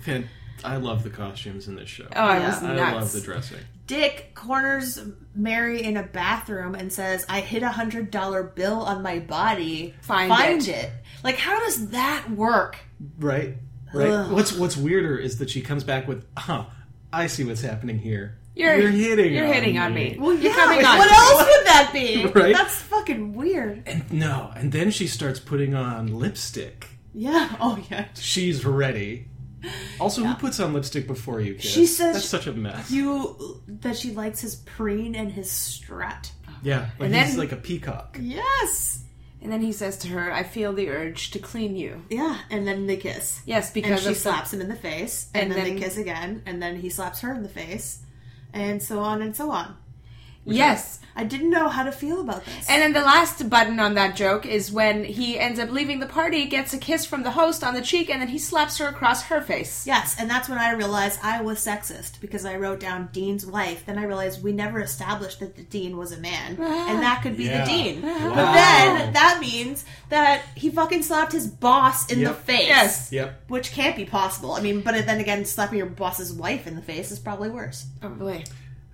Speaker 1: I love the costumes in this show.
Speaker 2: Oh, I
Speaker 3: Yeah.
Speaker 2: was
Speaker 1: I
Speaker 2: nuts.
Speaker 1: love the dressing.
Speaker 3: Dick corners Mary in a bathroom and says, "I hid a hundred dollar bill on my body.
Speaker 2: Find
Speaker 3: it.
Speaker 2: it."
Speaker 3: Like, how does that work?
Speaker 1: Right. Right.
Speaker 3: Ugh.
Speaker 1: What's What's weirder is that she comes back with, "Huh, I see what's happening here.
Speaker 2: You're-
Speaker 1: hitting.
Speaker 2: you're
Speaker 1: on
Speaker 2: hitting on me.
Speaker 3: Well, yeah.
Speaker 2: coming on.
Speaker 3: What else would that be?
Speaker 1: Right?
Speaker 3: That's fucking weird.
Speaker 1: And no, and then she starts putting on lipstick.
Speaker 3: Yeah. Oh yeah.
Speaker 1: She's ready. Also, who puts on lipstick before you kiss?
Speaker 3: She says-
Speaker 1: that's such a mess.
Speaker 3: You that she likes his preen and his strut.
Speaker 1: yeah, like
Speaker 2: And
Speaker 1: he's
Speaker 2: then-
Speaker 1: like a peacock.
Speaker 3: Yes.
Speaker 2: And then he says to her, "I feel the urge to clean you."
Speaker 3: Yeah. And then they kiss.
Speaker 2: Yes, because
Speaker 3: and she
Speaker 2: of the-
Speaker 3: slaps him in the face, and,
Speaker 2: And
Speaker 3: then,
Speaker 2: then-
Speaker 3: they kiss again, and then he slaps her in the face, and so on and so on.
Speaker 2: Yes.
Speaker 3: I didn't know how to feel about this.
Speaker 2: And then the last button on that joke is when he ends up leaving the party, gets a kiss from the host on the cheek, and then he slaps her across her face.
Speaker 3: yes, and that's when I realized I was sexist because I wrote down Dean's wife. Then I realized we never established that the Dean was a man, and that could be
Speaker 1: Yeah.
Speaker 3: the Dean.
Speaker 1: Wow.
Speaker 3: But then that means that he fucking slapped his boss in the
Speaker 1: Yep.
Speaker 3: face.
Speaker 2: Yes.
Speaker 1: Yep.
Speaker 3: Which can't be possible. I mean, but then again, slapping your boss's wife in the face is probably worse.
Speaker 2: Oh boy.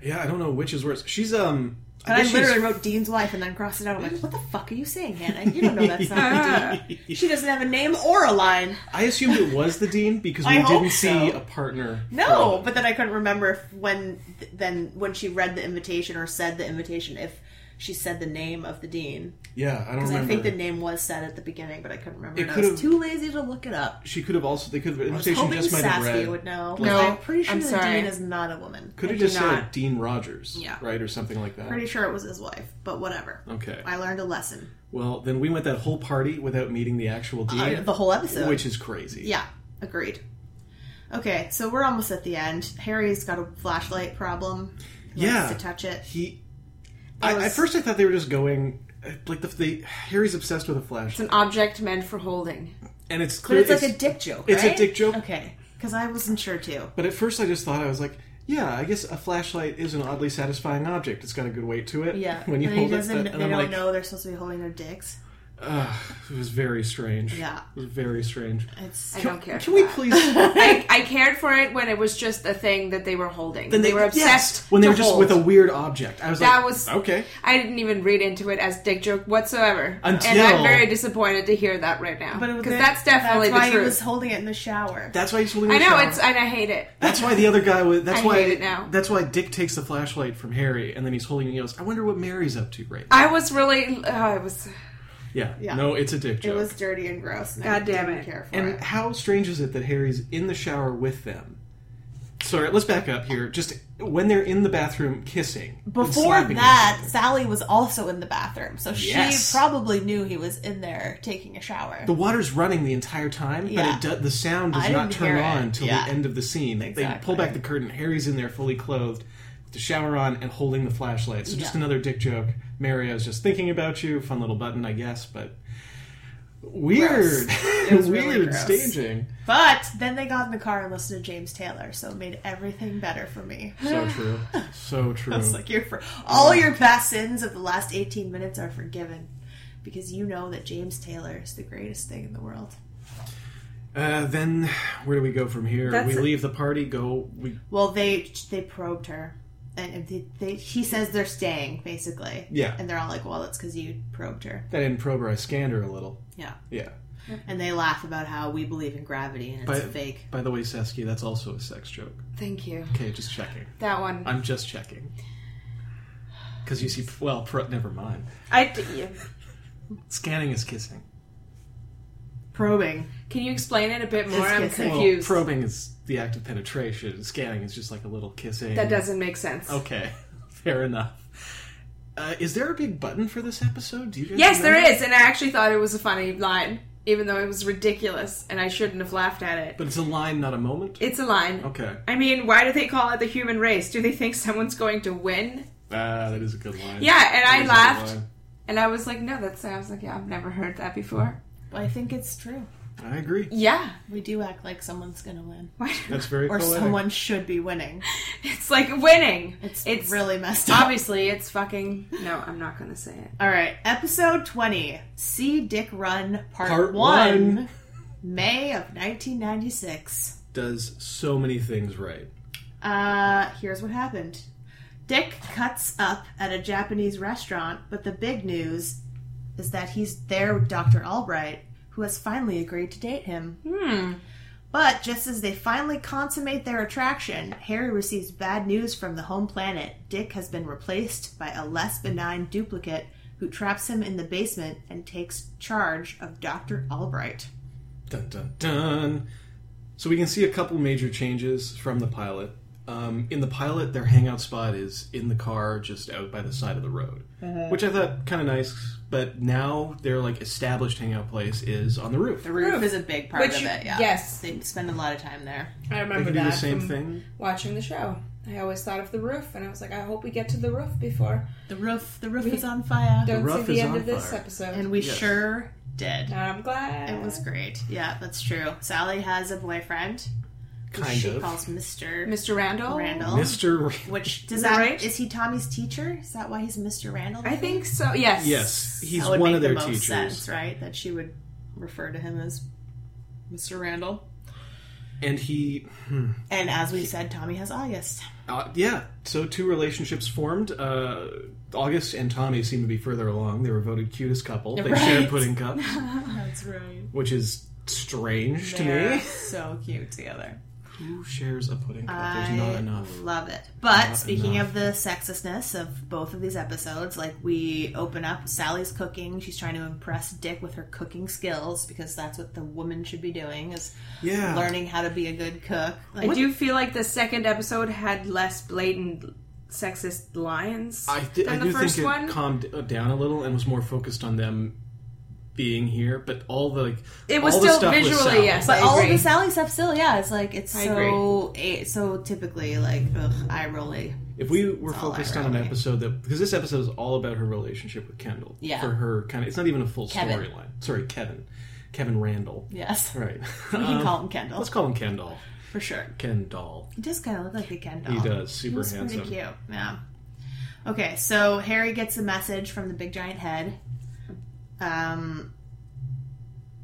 Speaker 1: Yeah, I don't know which is worse. She's um.
Speaker 3: But I,
Speaker 1: guess she's-
Speaker 3: literally wrote Dean's wife and then crossed it out. I'm like, what the fuck are you saying, Hannah? You don't know that's not the Dean. She doesn't have a name or a line.
Speaker 1: I assumed it was the dean because we
Speaker 3: I hope
Speaker 1: didn't see
Speaker 3: so.
Speaker 1: a partner.
Speaker 3: No, but then I couldn't remember if when th- then when she read the invitation or said the invitation if she said the name of the dean
Speaker 1: yeah, I don't
Speaker 3: because
Speaker 1: remember.
Speaker 3: I think the name was said at the beginning, but I couldn't remember.
Speaker 1: It
Speaker 3: and I
Speaker 1: could've-
Speaker 3: was too lazy to look it up.
Speaker 1: she could have also. They could have.
Speaker 3: I was
Speaker 1: Invitation
Speaker 3: hoping
Speaker 1: just might have
Speaker 3: Saskia
Speaker 1: read.
Speaker 3: would know.
Speaker 2: No,
Speaker 3: I'm pretty sure
Speaker 2: I'm
Speaker 3: the
Speaker 2: sorry.
Speaker 3: dean is not a woman.
Speaker 1: Could
Speaker 3: I
Speaker 1: have
Speaker 3: do
Speaker 1: just said
Speaker 3: not-
Speaker 1: Dean Rogers,
Speaker 3: Yeah.
Speaker 1: right, or something like that.
Speaker 3: Pretty sure it was his wife, but whatever.
Speaker 1: Okay.
Speaker 3: I learned a lesson.
Speaker 1: Well, then we went that whole party without meeting the actual dean,
Speaker 3: Uh, the whole episode,
Speaker 1: which is crazy.
Speaker 3: Yeah, agreed. Okay, so we're almost at the end. Harry's got a flashlight problem. He
Speaker 1: yeah.
Speaker 3: likes to touch it.
Speaker 1: He. I,
Speaker 3: was-
Speaker 1: At first, I thought they were just going uh, like the, they Harry's obsessed with a flashlight,
Speaker 2: An object meant for holding.
Speaker 1: and it's clear
Speaker 3: But it's, like a dick joke.
Speaker 1: it's a
Speaker 3: right?
Speaker 1: dick joke.
Speaker 3: Okay, because I wasn't sure too.
Speaker 1: But at first, I just thought I was like, yeah, I guess a flashlight is an oddly satisfying object. It's got a good weight to it.
Speaker 3: Yeah,
Speaker 1: When you
Speaker 3: And he
Speaker 1: hold it,
Speaker 3: doesn't-
Speaker 1: that-
Speaker 3: they
Speaker 1: and I'm
Speaker 3: don't
Speaker 1: like,
Speaker 3: know they're supposed to be holding their dicks.
Speaker 1: it was very strange.
Speaker 3: Yeah.
Speaker 1: it was very strange.
Speaker 3: It's
Speaker 2: I don't care.
Speaker 1: Can we please?
Speaker 2: I, I cared for it when it was just a thing that they were holding. Then they were obsessed
Speaker 1: yes, when they
Speaker 2: to
Speaker 1: were just
Speaker 2: hold.
Speaker 1: with a weird object. I was
Speaker 2: That
Speaker 1: like,
Speaker 2: was-
Speaker 1: okay.
Speaker 2: I didn't even read into it as dick joke whatsoever, and
Speaker 1: Until-
Speaker 2: I'm very disappointed to hear that right now.
Speaker 3: it was-
Speaker 2: Because that's definitely
Speaker 3: that's why
Speaker 2: the
Speaker 3: he was
Speaker 2: truth.
Speaker 3: holding it in the shower.
Speaker 1: That's why he's holding.
Speaker 2: I
Speaker 1: the
Speaker 2: know
Speaker 1: shower.
Speaker 2: it's, and I hate it.
Speaker 1: That's why the other guy was. That's
Speaker 2: I
Speaker 1: why.
Speaker 2: hate it now.
Speaker 1: That's why Dick takes the flashlight from Harry, and then he's holding. it and He goes, "I wonder what Mary's up to right now."
Speaker 2: I was really, oh, I was.
Speaker 1: yeah.
Speaker 3: Yeah.
Speaker 1: No, it's a dick
Speaker 3: it
Speaker 1: joke.
Speaker 3: was dirty and gross. And I
Speaker 2: God damn
Speaker 3: didn't
Speaker 2: it.
Speaker 3: Care for
Speaker 1: and
Speaker 3: it.
Speaker 1: how strange is it that Harry's in the shower with them, Sorry, let's back up here. Just when they're in the bathroom kissing. and
Speaker 3: Before
Speaker 1: slapping
Speaker 3: that, Sally was also in the bathroom, so
Speaker 1: Yes.
Speaker 3: she probably knew he was in there taking a shower.
Speaker 1: The water's running the entire time,
Speaker 3: Yeah.
Speaker 1: but it do- the sound does
Speaker 3: I
Speaker 1: not
Speaker 3: didn't
Speaker 1: turn
Speaker 3: hear it.
Speaker 1: on till
Speaker 3: Yeah.
Speaker 1: the end of the scene. They- They pull
Speaker 3: Exactly.
Speaker 1: back the curtain. Harry's in there fully clothed, with the shower on, and holding the flashlight. So just
Speaker 3: Yeah.
Speaker 1: another dick joke. Mario's just thinking about you. Fun little button, I guess, but weird,
Speaker 3: was
Speaker 1: weird
Speaker 3: really gross.
Speaker 1: staging.
Speaker 3: but then they got in the car and listened to James Taylor, so it made everything better for me.
Speaker 1: So true, so true.
Speaker 3: It's like your for all your past sins of the last 18 minutes are forgiven because you know that James Taylor is the greatest thing in the world.
Speaker 1: Uh, then where do we go from here?
Speaker 2: That's
Speaker 1: we
Speaker 2: it.
Speaker 1: leave the party. Go. We
Speaker 3: Well, they they probed her, and if they, they, he says they're staying basically.
Speaker 1: Yeah.
Speaker 3: and they're all like, "Well, it's because you probed her."
Speaker 1: that didn't probe her. I scanned her a little.
Speaker 3: Yeah,
Speaker 1: Yeah.
Speaker 3: and they laugh about how we believe in gravity and it's
Speaker 1: But-
Speaker 3: fake.
Speaker 1: By the way, Saskia, that's also a sex joke.
Speaker 2: Thank you.
Speaker 1: Okay, just checking.
Speaker 2: That one.
Speaker 1: I'm just checking. Because you see, well, pro, never mind.
Speaker 2: I d-
Speaker 1: Scanning is kissing.
Speaker 3: Probing.
Speaker 2: can you explain it a bit more?
Speaker 3: Just
Speaker 2: I'm
Speaker 3: kissing.
Speaker 1: Well,
Speaker 2: confused.
Speaker 1: probing is the act of penetration. Scanning is just like a little kissing.
Speaker 2: that doesn't make sense.
Speaker 1: Okay, fair enough. Uh, is there a big button for this episode? Do you guys
Speaker 2: Yes, there
Speaker 1: remember?
Speaker 2: is, and I actually thought it was a funny line, even though it was ridiculous, and I shouldn't have laughed at it.
Speaker 1: But it's a line, not a moment.
Speaker 2: It's a line.
Speaker 1: okay,
Speaker 2: I mean, why do they call it the human race? Do they think someone's going to win?
Speaker 1: ah, that is a good line.
Speaker 2: Yeah,
Speaker 1: That
Speaker 2: and I
Speaker 1: is a good
Speaker 2: laughed,
Speaker 1: line.
Speaker 2: and I was like, no, that's. I was like, yeah, I've never heard that before.
Speaker 3: I think it's true.
Speaker 1: I agree.
Speaker 2: Yeah,
Speaker 3: We do act like someone's gonna win,
Speaker 2: Why-
Speaker 1: That's very
Speaker 3: or
Speaker 1: poetic.
Speaker 3: someone should be winning.
Speaker 2: it's like winning.
Speaker 3: It's, really messed up.
Speaker 2: obviously it's fucking. No, I'm not gonna say it.
Speaker 3: All right, episode 20, See Dick Run, Part,
Speaker 1: Part
Speaker 3: 1,
Speaker 1: one.
Speaker 3: May of 1996.
Speaker 1: does so many things right.
Speaker 3: Uh, here's what happened Dick cuts up at a Japanese restaurant, but the big news is that he's there with Dr. Albright, who has finally agreed to date him. Hmm. But just as they finally consummate their attraction, Harry receives bad news from the home planet. Dick has been replaced by a less benign duplicate who traps him in the basement and takes charge of Dr. Albright.
Speaker 1: Dun dun dun. So we can see a couple major changes from the pilot. Um, in the pilot, their hangout spot is in the car, just out by the side of the road,
Speaker 3: Uh-huh.
Speaker 1: which I thought kind of nice. But now their like established hangout place is on the roof.
Speaker 3: The roof is a big part
Speaker 2: Which
Speaker 3: of
Speaker 2: you-
Speaker 3: it, yeah.
Speaker 2: yes.
Speaker 3: They spend a lot of time there.
Speaker 2: I
Speaker 1: They
Speaker 2: remember
Speaker 1: can do the
Speaker 2: that
Speaker 1: same
Speaker 2: from
Speaker 1: thing.
Speaker 2: watching the show. I always thought of the roof, and I was like, I hope we get to the roof before.
Speaker 3: The roof, the roof is on fire.
Speaker 2: Don't
Speaker 1: roof
Speaker 2: see
Speaker 1: is
Speaker 2: the end
Speaker 1: on
Speaker 2: of this
Speaker 1: fire.
Speaker 2: episode.
Speaker 3: And we sure did.
Speaker 2: And I'm glad.
Speaker 3: It was great. Yeah, that's true. Sally has a boyfriend. who
Speaker 1: Kind
Speaker 3: she
Speaker 1: of.
Speaker 3: calls Mr.
Speaker 2: Mr. Randall.
Speaker 3: Randall.
Speaker 1: Mister.
Speaker 3: Which does that
Speaker 2: that right?
Speaker 3: is he Tommy's teacher? Is that why he's Mr. Randall?
Speaker 2: I think so. Yes.
Speaker 1: Yes, he's
Speaker 3: that would
Speaker 1: one
Speaker 3: make
Speaker 1: of their
Speaker 3: the most
Speaker 1: teachers.
Speaker 3: sense, right? That she would refer to him as Mr. Randall.
Speaker 1: And he,
Speaker 3: And as we said, Tommy has August.
Speaker 1: uh, yeah. So two relationships formed. Uh, August and Tommy seem to be further along. They were voted cutest couple. They shared
Speaker 3: Right.
Speaker 1: pudding cups,
Speaker 3: That's right.
Speaker 1: which is strange to
Speaker 3: They're
Speaker 1: me.
Speaker 3: so cute together.
Speaker 1: Who shares a pudding cup?
Speaker 3: I
Speaker 1: There's not enough.
Speaker 3: Love it. But
Speaker 1: Not
Speaker 3: speaking
Speaker 1: enough.
Speaker 3: of the sexlessness of both of these episodes, like we open up Sally's cooking. She's trying to impress Dick with her cooking skills because that's what the woman should be doing is
Speaker 1: Yeah.
Speaker 3: learning how to be a good cook. Like,
Speaker 2: I do feel like the second episode had less blatant sexist lines
Speaker 1: I, th- I
Speaker 2: than
Speaker 1: do
Speaker 2: the first
Speaker 1: think it
Speaker 2: one.
Speaker 1: calmed uh, down a little and was more focused on them being here, but all the like,
Speaker 2: It was
Speaker 1: all the
Speaker 2: still
Speaker 1: stuff was
Speaker 2: visually,
Speaker 1: sound.
Speaker 2: yes.
Speaker 3: but
Speaker 2: I
Speaker 3: all
Speaker 2: agree.
Speaker 3: of the Sally stuff still, yeah, it's like it's
Speaker 2: I
Speaker 3: so eh, so typically like ugh, eye rolly.
Speaker 1: If we were
Speaker 3: all
Speaker 1: focused
Speaker 3: I
Speaker 1: on an
Speaker 3: really-
Speaker 1: episode that because this episode is all about her relationship with Kendall,
Speaker 3: Yeah.
Speaker 1: for her kind of it's not even a full
Speaker 3: Kevin.
Speaker 1: storyline. Sorry, Kevin, Kevin Randall,
Speaker 3: Yes,
Speaker 1: right?
Speaker 3: we can
Speaker 2: Um,
Speaker 3: call him Kendall
Speaker 1: Let's call him Kendall.
Speaker 3: for sure.
Speaker 1: Kendall.
Speaker 3: He does kind of look like a Ken doll.
Speaker 1: He does super
Speaker 3: He's
Speaker 1: handsome.
Speaker 3: pretty cute. Yeah. Okay, so Harry gets a message from the big giant head, um,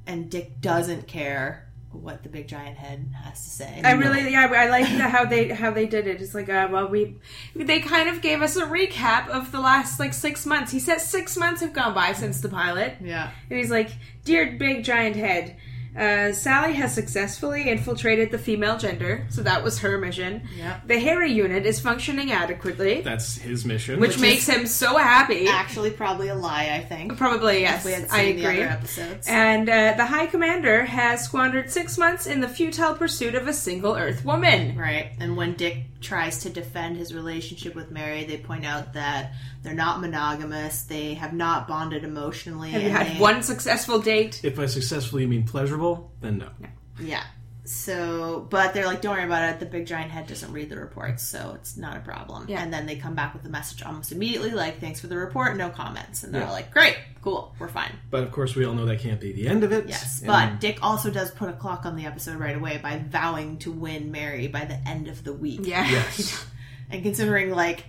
Speaker 3: and Dick doesn't care what the big giant head has to say.
Speaker 2: I really, yeah, I like the, how they how they did it. It's like, uh, well, we they kind of gave us a recap of the last like six months. He says six months have gone by since the pilot,
Speaker 3: yeah.
Speaker 2: and he's like, "Dear big giant head, Uh, Sally has successfully infiltrated the female gender, so that was her mission.
Speaker 3: Yeah.
Speaker 2: The Harry unit is functioning adequately,
Speaker 1: That's his mission.
Speaker 2: which, makes him so happy.
Speaker 3: Actually, probably a lie. I think.
Speaker 2: Probably yes,
Speaker 3: we had
Speaker 2: I
Speaker 3: seen the
Speaker 2: agree.
Speaker 3: other episodes.
Speaker 2: And uh, the High Commander has squandered six months in the futile pursuit of a single Earth woman.
Speaker 3: Right. And when Dick tries to defend his relationship with Mary, they point out that they're not monogamous, they have not bonded emotionally.
Speaker 2: Have you
Speaker 3: and
Speaker 2: had
Speaker 3: they-
Speaker 2: one successful date?
Speaker 1: if by successful you mean pleasurable, then no.
Speaker 3: Yeah. So, but they're like, don't worry about it. The big giant head doesn't read the reports, so it's not a problem.
Speaker 2: Yeah.
Speaker 3: And then they come back with a message almost immediately, like, thanks for the report, no comments. And they're like, great, cool, we're fine.
Speaker 1: But of course, we all know that can't be the end of it.
Speaker 3: Yes.
Speaker 1: And
Speaker 3: But Dick also does put a clock on the episode right away by vowing to win Mary by the end of the week.
Speaker 2: Yeah.
Speaker 3: And considering like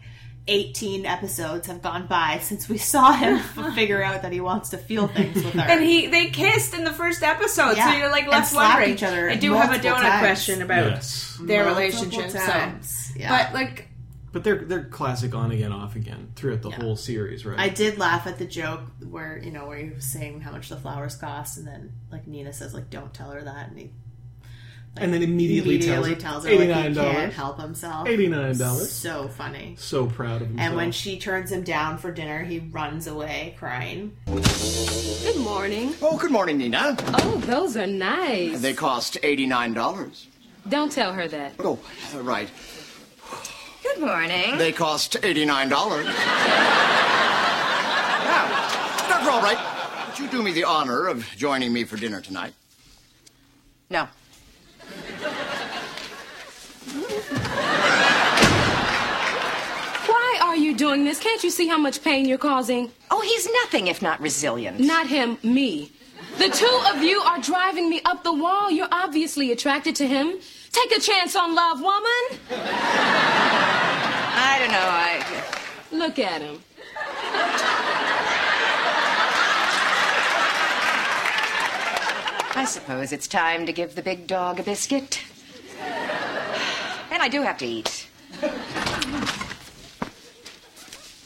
Speaker 3: 18 episodes have gone by since we saw him f- figure out that he wants to feel things with her.
Speaker 2: And he they kissed in the first episode, so
Speaker 3: Yeah.
Speaker 2: you're like
Speaker 3: And
Speaker 2: left
Speaker 3: slapped
Speaker 2: wondering.
Speaker 3: each other
Speaker 2: I do have a
Speaker 3: multiple
Speaker 2: donut
Speaker 3: times.
Speaker 2: question about
Speaker 1: yes.
Speaker 2: their
Speaker 3: Multiple
Speaker 2: relationship. So.
Speaker 3: times. Yeah.
Speaker 2: But like
Speaker 1: But they're they're classic on again, off again throughout the whole series, right?
Speaker 3: I did laugh at the joke where, you know, where he was saying how much the flowers cost and then like Nina says like don't tell her that and he
Speaker 1: and then immediately,
Speaker 3: immediately
Speaker 1: tells,
Speaker 3: tells her like
Speaker 1: eighty
Speaker 3: he can't
Speaker 1: nine dollars,
Speaker 3: help himself.
Speaker 1: eighty nine dollars.
Speaker 3: So funny.
Speaker 1: So proud of himself.
Speaker 3: And when she turns him down for dinner, he runs away crying.
Speaker 9: Good morning.
Speaker 4: Oh, good morning, Nina.
Speaker 9: Oh, those are nice.
Speaker 4: They cost $89.
Speaker 9: Don't tell her that.
Speaker 4: Oh, right.
Speaker 7: Good morning.
Speaker 4: They cost $89. now, Dr. Albright, would you do me the honor of joining me for dinner tonight?
Speaker 7: No.
Speaker 9: Why are you doing this? Can't you see how much pain you're causing?
Speaker 7: Oh, he's nothing if not resilient.
Speaker 9: Not him, me. The two of you are driving me up the wall. You're obviously attracted to him. Take a chance on love, woman.
Speaker 7: I don't know. I.
Speaker 9: Look at him.
Speaker 7: I suppose it's time to give the big dog a biscuit. And I do have to eat.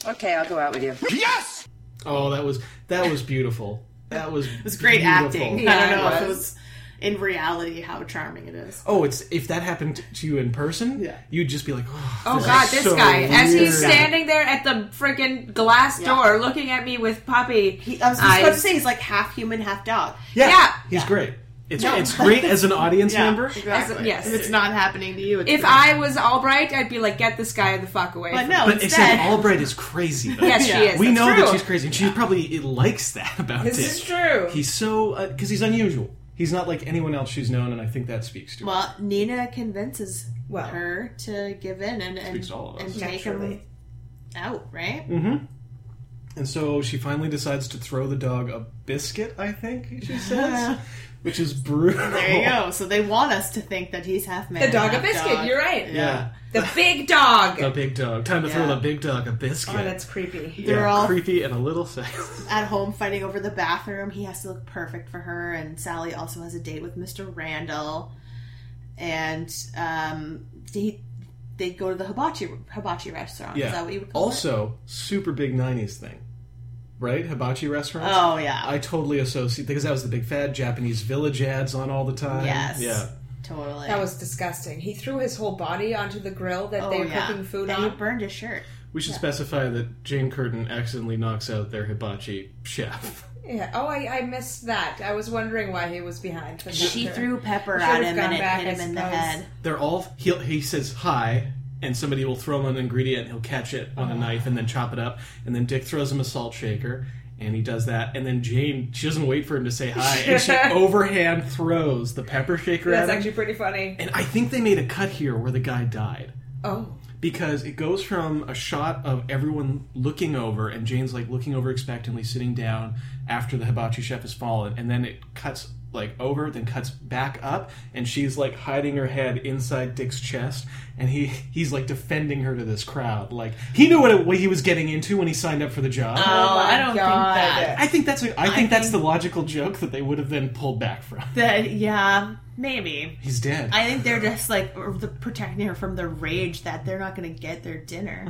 Speaker 7: Okay, I'll go out with you.
Speaker 4: Yes!
Speaker 1: oh, that was that was beautiful. That was
Speaker 3: It was great
Speaker 1: beautiful.
Speaker 3: acting. I don't know if it was in reality how charming it is.
Speaker 1: Oh, it's if that happened to you in person,
Speaker 3: Yeah.
Speaker 1: you'd just be like, oh,
Speaker 2: Oh
Speaker 1: is
Speaker 2: god, this
Speaker 1: so
Speaker 2: guy. As he's
Speaker 1: weird.
Speaker 2: standing there at the freaking glass
Speaker 3: Yeah.
Speaker 2: door looking at me with puppy
Speaker 3: He, I was just about to
Speaker 2: eyes.
Speaker 3: say he's like half human, half dog.
Speaker 1: yeah,
Speaker 2: Yeah.
Speaker 1: he's great. It's
Speaker 3: No.
Speaker 1: it's great as an audience
Speaker 3: Yeah,
Speaker 1: member.
Speaker 3: exactly.
Speaker 2: As a- yes.
Speaker 3: If it's not happening to you, it's
Speaker 2: If I was Albright, I'd be like, get this guy the fuck away.
Speaker 3: But
Speaker 2: from
Speaker 3: no,
Speaker 1: But
Speaker 3: instead,
Speaker 1: except Albright is crazy. Though.
Speaker 2: Yes, she is.
Speaker 1: We
Speaker 2: That's
Speaker 1: know
Speaker 2: true.
Speaker 1: that she's crazy, and she probably likes that about
Speaker 2: This
Speaker 1: Dick.
Speaker 2: is true.
Speaker 1: He's so because he's unusual. He's not like anyone else she's known, and I think that speaks to her.
Speaker 3: well, Nina convinces
Speaker 2: Well.
Speaker 3: her to give in and and,
Speaker 1: Speaks to all of us.
Speaker 3: and take him
Speaker 2: Naturally.
Speaker 3: out, right?
Speaker 1: And so she finally decides to throw the dog a biscuit. I think she says, which is brutal.
Speaker 3: There you go. So they want us to think that he's half man,
Speaker 2: The dog a
Speaker 3: half
Speaker 2: biscuit,
Speaker 3: dog.
Speaker 2: you're right.
Speaker 1: Yeah.
Speaker 2: The big dog.
Speaker 1: A big dog. Time to throw
Speaker 3: Yeah.
Speaker 1: the big dog a biscuit.
Speaker 2: Oh, that's creepy.
Speaker 1: Yeah,
Speaker 3: They're all
Speaker 1: creepy and a little sexy.
Speaker 3: at home fighting over the bathroom. He has to look perfect for her, and Sally also has a date with Mr. Randall. And um, he, they go to the hibachi hibachi restaurant. Is that what you would call it?
Speaker 1: also, super big '90s thing, right? Hibachi restaurants.
Speaker 3: Oh yeah,
Speaker 1: I totally associate because that was the big fad. Japanese village ads on all the time.
Speaker 3: Yes.
Speaker 1: Yeah.
Speaker 3: totally.
Speaker 2: That was disgusting. He threw his whole body onto the grill that
Speaker 3: Oh,
Speaker 2: they were
Speaker 3: yeah.
Speaker 2: cooking food
Speaker 3: and He
Speaker 2: on.
Speaker 3: burned his shirt.
Speaker 1: We should specify that Jane Curtin accidentally knocks out their hibachi chef.
Speaker 2: Yeah. Oh, I, I missed that. I was wondering why he was behind. the
Speaker 3: She
Speaker 2: counter.
Speaker 3: threw pepper
Speaker 2: Should've
Speaker 3: at him
Speaker 2: gone
Speaker 3: and it
Speaker 2: back,
Speaker 3: hit him
Speaker 2: I
Speaker 3: in the
Speaker 2: suppose.
Speaker 3: head.
Speaker 1: They're all he he says hi, and somebody will throw him an ingredient. He'll catch it
Speaker 2: Uh-huh.
Speaker 1: on a knife and then chop it up. And then Dick throws him a salt shaker, and he does that. And then Jane she doesn't wait for him to say hi, and she overhand throws the pepper shaker at
Speaker 2: That's
Speaker 1: him.
Speaker 2: actually pretty funny.
Speaker 1: and I think they made a cut here where the guy died.
Speaker 2: Oh.
Speaker 1: because it goes from a shot of everyone looking over and Jane's like looking over expectantly sitting down after the hibachi chef has fallen and then it cuts like over then cuts back up and she's like hiding her head inside Dick's chest and he he's like defending her to this crowd like he knew what, it, what he was getting into when he signed up for the job
Speaker 3: Oh, I don't think
Speaker 2: God.
Speaker 3: that.
Speaker 1: I think that's a, I think that's the logical joke that they would have then pulled back from
Speaker 3: that. Yeah, maybe.
Speaker 1: he's dead
Speaker 3: I think they're just like r- the, protecting her from the rage that they're not going to get their dinner.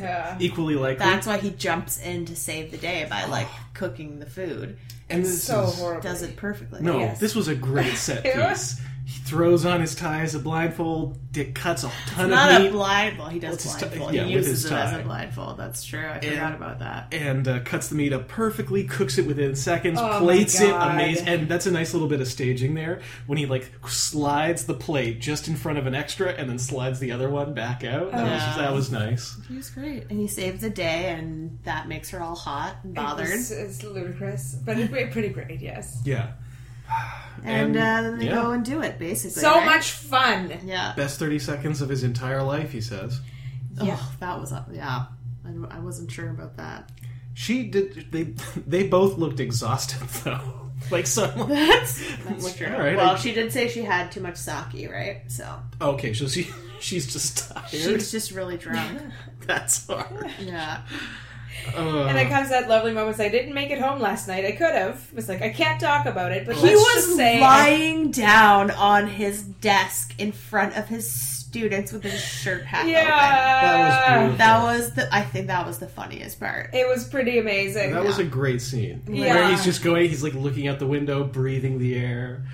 Speaker 2: Yeah.
Speaker 1: equally likely
Speaker 3: That's why he jumps in to save the day by like cooking the food.
Speaker 1: And this
Speaker 2: so
Speaker 1: is,
Speaker 2: horrible.
Speaker 3: Does it perfectly.
Speaker 1: No,
Speaker 2: Yes.
Speaker 1: this was a great set
Speaker 2: It
Speaker 1: piece. He throws on his ties, a blindfold. Dick cuts a ton of
Speaker 3: Not
Speaker 1: meat
Speaker 3: a blindfold. He does
Speaker 1: With his tie-
Speaker 3: blindfold.
Speaker 1: yeah,
Speaker 3: he
Speaker 1: with
Speaker 3: uses
Speaker 1: his
Speaker 3: it as
Speaker 1: tie.
Speaker 3: a blindfold. That's true. I forgot about that.
Speaker 1: and uh, cuts the meat up perfectly, cooks it within seconds,
Speaker 2: Oh my
Speaker 1: plates it
Speaker 2: God.
Speaker 1: amazing. And that's a nice little bit of staging there when he like slides the plate just in front of an extra and then slides the other one back out. That, was, that
Speaker 2: Oh.
Speaker 1: was nice.
Speaker 3: He was great, and he saves the day, and that makes her all hot and bothered.
Speaker 2: It's, it's ludicrous, but it's pretty- pretty great. Yes,
Speaker 1: Yeah.
Speaker 3: and uh, then they
Speaker 1: yeah.
Speaker 3: go and do it, basically.
Speaker 2: so
Speaker 3: right?
Speaker 2: much fun.
Speaker 3: Yeah.
Speaker 1: Best 30 seconds of his entire life, he says.
Speaker 3: Yeah. Oh, that was up. Yeah. I, I wasn't sure about that.
Speaker 1: She did. They they both looked exhausted though. Like so.
Speaker 3: That's, that's true.
Speaker 1: All right,
Speaker 3: well,
Speaker 1: I-
Speaker 3: she did say she had too much sake, right? So
Speaker 1: Okay, so she she's just tired.
Speaker 3: she's just really drunk.
Speaker 1: That's hard.
Speaker 3: yeah.
Speaker 2: And it comes that lovely moment. it's like, I didn't make it home last night. I could have. It was like I can't talk about it. But he
Speaker 3: He
Speaker 2: was
Speaker 3: was
Speaker 2: saying,
Speaker 3: lying down on his desk in front of his students with his shirt hat open.
Speaker 1: That was
Speaker 2: yeah,
Speaker 1: beautiful.
Speaker 3: That was the. I think that was the funniest part.
Speaker 2: it was pretty amazing.
Speaker 1: That was a great scene.
Speaker 2: Yeah.
Speaker 1: Where he's just going, he's like looking out the window, breathing the air,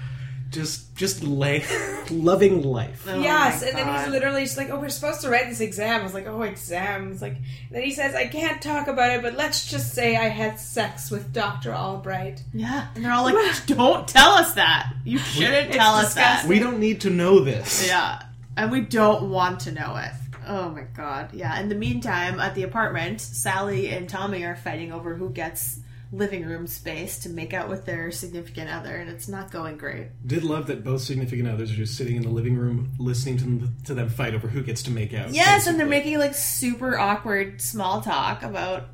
Speaker 1: just just lay, loving life.
Speaker 3: Oh
Speaker 2: Yes,
Speaker 3: my
Speaker 2: and then
Speaker 3: God.
Speaker 2: he's literally just like, "Oh, we're supposed to write this exam." I was like, "Oh, exam." It's like, and then he says, "I can't talk about it, but let's just say I had sex with Doctor Albright."
Speaker 3: Yeah, and they're all like, "Don't tell us that. You shouldn't tell us that."
Speaker 1: We don't need to know this.
Speaker 3: Yeah, and we don't want to know it. Oh my god. Yeah. In the meantime, at the apartment, Sally and Tommy are fighting over who gets living room space to make out with their significant other, and it's not going great.
Speaker 1: Did love that both significant others are just sitting in the living room listening to them, to them fight over who gets to make out.
Speaker 3: Yes, and they're
Speaker 1: basically.
Speaker 3: making like super awkward small talk about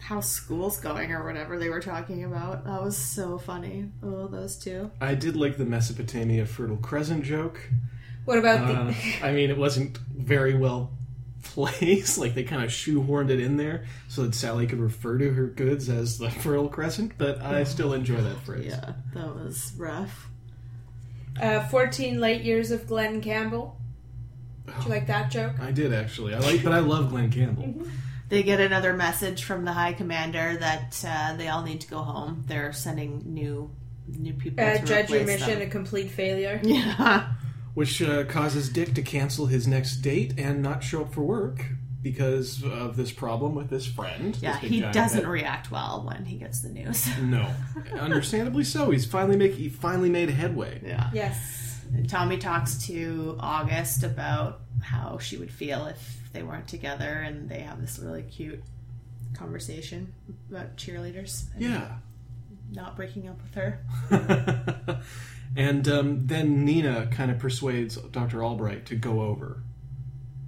Speaker 3: how school's going or whatever they were talking about. That was so funny. Oh, those two.
Speaker 1: I did like the Mesopotamia Fertile Crescent joke.
Speaker 2: What about
Speaker 1: Uh,
Speaker 2: the?
Speaker 1: I mean, it wasn't very well placed. Like they kind of shoehorned it in there so that Sally could refer to her goods as the Fertile Crescent. But I still enjoy that phrase.
Speaker 3: Yeah, that was rough.
Speaker 2: Uh, 14 late years of Glenn Campbell. Did you like that joke?
Speaker 1: I did actually. I like, but I love Glenn Campbell.
Speaker 3: They get another message from the high commander that uh, they all need to go home. They're sending new new people
Speaker 2: Uh,
Speaker 3: to
Speaker 2: judge your
Speaker 3: replace
Speaker 2: mission
Speaker 3: them.
Speaker 2: a complete failure.
Speaker 3: Yeah.
Speaker 1: which uh, causes Dick to cancel his next date and not show up for work because of this problem with his friend.
Speaker 3: Yeah,
Speaker 1: this big
Speaker 3: he
Speaker 1: giant
Speaker 3: doesn't
Speaker 1: man.
Speaker 3: react well when he gets the news.
Speaker 1: no, understandably so. He's finally make he finally made headway.
Speaker 3: Yeah.
Speaker 2: Yes.
Speaker 3: Tommy talks to August about how she would feel if they weren't together, and they have this really cute conversation about cheerleaders and
Speaker 1: Yeah.
Speaker 3: not breaking up with her.
Speaker 1: and um, then Nina kind of persuades Dr. Albright to go over,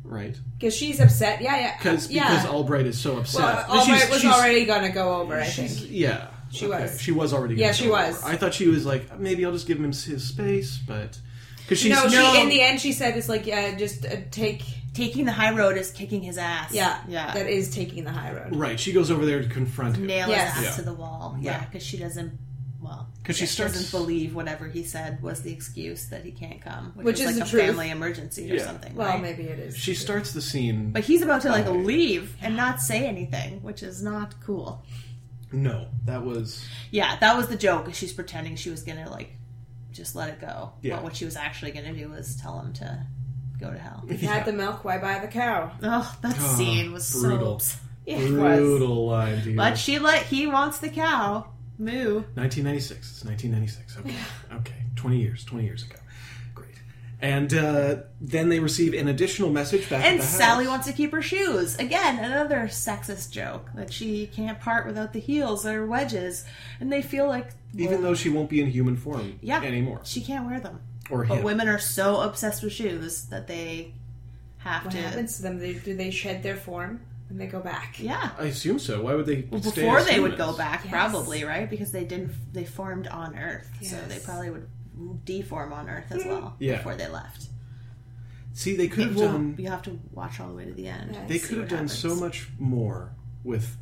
Speaker 1: right?
Speaker 2: Because she's upset. Yeah, yeah.
Speaker 1: Cause,
Speaker 2: yeah.
Speaker 1: Because Albright is so upset.
Speaker 2: well,
Speaker 1: But she's-
Speaker 2: Albright was
Speaker 1: she's-
Speaker 2: already gonna go over. I
Speaker 1: she's-
Speaker 2: think.
Speaker 1: Yeah.
Speaker 2: She was.
Speaker 1: She was already. gonna
Speaker 2: Yeah, she
Speaker 1: go over.
Speaker 2: was.
Speaker 1: I thought she was like, maybe I'll just give him his space, but. Because she's.
Speaker 2: No, She, in the end, she said it's like, yeah, just uh, take.
Speaker 3: Taking the high road is kicking his ass.
Speaker 2: Yeah,
Speaker 3: Yeah.
Speaker 2: That is taking the high road.
Speaker 1: Right, she goes over there to confront him.
Speaker 3: nail
Speaker 2: Yes.
Speaker 3: his ass
Speaker 1: Yeah.
Speaker 3: to the wall. Yeah, because she doesn't. Well,
Speaker 1: 'Cause she starts-
Speaker 3: doesn't believe whatever he said was the excuse that he can't come, which, is,
Speaker 2: Which is
Speaker 3: like
Speaker 2: the
Speaker 3: a
Speaker 2: truth.
Speaker 3: family emergency or
Speaker 1: Yeah.
Speaker 3: something.
Speaker 2: Well,
Speaker 3: right?
Speaker 2: maybe it is.
Speaker 1: She starts the scene.
Speaker 3: But he's about to like leave and not say anything, which is not cool.
Speaker 1: no, that was
Speaker 3: Yeah, that was the joke. is She's pretending she was gonna like just let it go,
Speaker 1: Yeah.
Speaker 3: but what she was actually gonna do was tell him to go to hell.
Speaker 2: If you had the milk, why buy the cow?
Speaker 3: Oh, that scene was
Speaker 1: Ah, brutal.
Speaker 3: so. upset.
Speaker 2: It was.
Speaker 1: brutal line, dude.
Speaker 3: But she let he wants the cow. Moo.
Speaker 1: 1996. It's 1996. Okay, okay, 20 years, 20 years ago. Great. And uh, then they receive an additional message back. at
Speaker 3: And
Speaker 1: the house.
Speaker 3: Sally wants to keep her shoes. Again, another sexist joke that she can't part without the heels or wedges, and they feel like
Speaker 1: even though she won't be in human form
Speaker 3: yeah
Speaker 1: anymore,
Speaker 3: She can't wear them.
Speaker 1: or
Speaker 3: But
Speaker 1: him.
Speaker 3: women are so obsessed with shoes that they have
Speaker 2: What
Speaker 3: to.
Speaker 2: happens to them? They, do they shed their form when they go back?
Speaker 3: Yeah.
Speaker 1: I assume so. Why would they? stay
Speaker 3: Before
Speaker 1: as
Speaker 3: they would
Speaker 1: humans?
Speaker 3: go back, probably right because they didn't. They formed on Earth, so
Speaker 2: Yes.
Speaker 3: they probably would deform on Earth as well
Speaker 1: Mm. Yeah.
Speaker 3: before they left.
Speaker 1: See, they could have
Speaker 3: Well,
Speaker 1: done.
Speaker 3: you have to watch all the way to the end.
Speaker 2: Yeah.
Speaker 1: They
Speaker 3: see
Speaker 1: could have
Speaker 3: what
Speaker 1: done
Speaker 3: happens.
Speaker 1: so much more with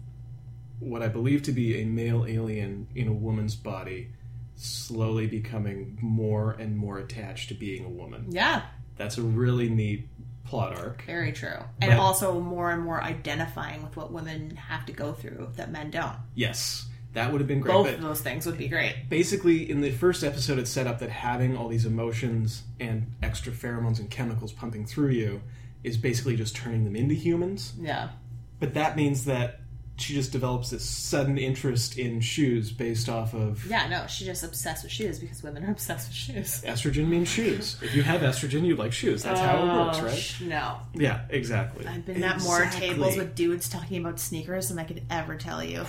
Speaker 1: what I believe to be a male alien in a woman's body slowly becoming more and more attached to being a woman.
Speaker 3: Yeah,
Speaker 1: That's a really neat plot arc.
Speaker 3: very true. And also more and more identifying with what women have to go through that men don't.
Speaker 1: Yes. That would have been great.
Speaker 3: Both
Speaker 1: but-
Speaker 3: of those things would be great.
Speaker 1: basically in the first episode it's set up that having all these emotions and extra pheromones and chemicals pumping through you is basically just turning them into humans
Speaker 3: Yeah.
Speaker 1: but that means that she just develops this sudden interest in shoes based off of
Speaker 3: Yeah, no, she's just obsessed with shoes because women are obsessed with shoes.
Speaker 1: estrogen means shoes if you have estrogen you like shoes that's how it works right
Speaker 3: No.
Speaker 1: yeah exactly
Speaker 3: Oh, I've been at more tables with dudes talking about sneakers than I could ever tell you.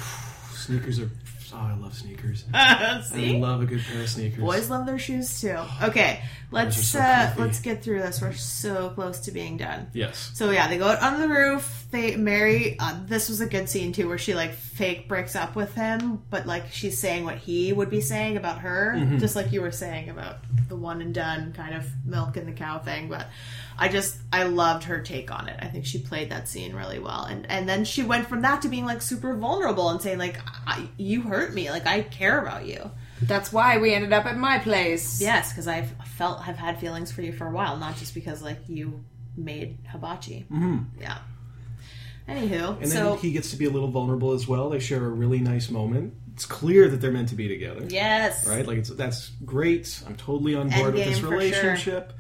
Speaker 1: sneakers are oh i love sneakers i
Speaker 3: See?
Speaker 1: love a good pair of sneakers
Speaker 3: Uh, Boys love their shoes too. Okay, let's
Speaker 1: so
Speaker 3: uh,
Speaker 1: comfy.
Speaker 3: let's get through this. We're so close to being done.
Speaker 1: yes
Speaker 3: So yeah, they go out on the roof. They marry. Uh, this was a good scene too, where she like fake breaks up with him, but like she's saying what he would be saying about her, just like you were saying about the one and done kind of milk and the cow thing. But I just I loved her take on it. I think she played that scene really well, and and then she went from that to being like super vulnerable and saying like I, you hurt me, like I care about you.
Speaker 2: That's why we ended up at my place.
Speaker 3: Yes, because I've felt have had feelings for you for a while, not just because like you made hibachi. Mm-hmm. Yeah. Anywho,
Speaker 1: and then
Speaker 3: so
Speaker 1: he gets to be a little vulnerable as well they share a really nice moment it's clear that they're meant to be together
Speaker 3: yes,
Speaker 1: right? Like it's that's great. I'm totally on board with
Speaker 3: Endgame
Speaker 1: this
Speaker 3: for sure.
Speaker 1: relationship.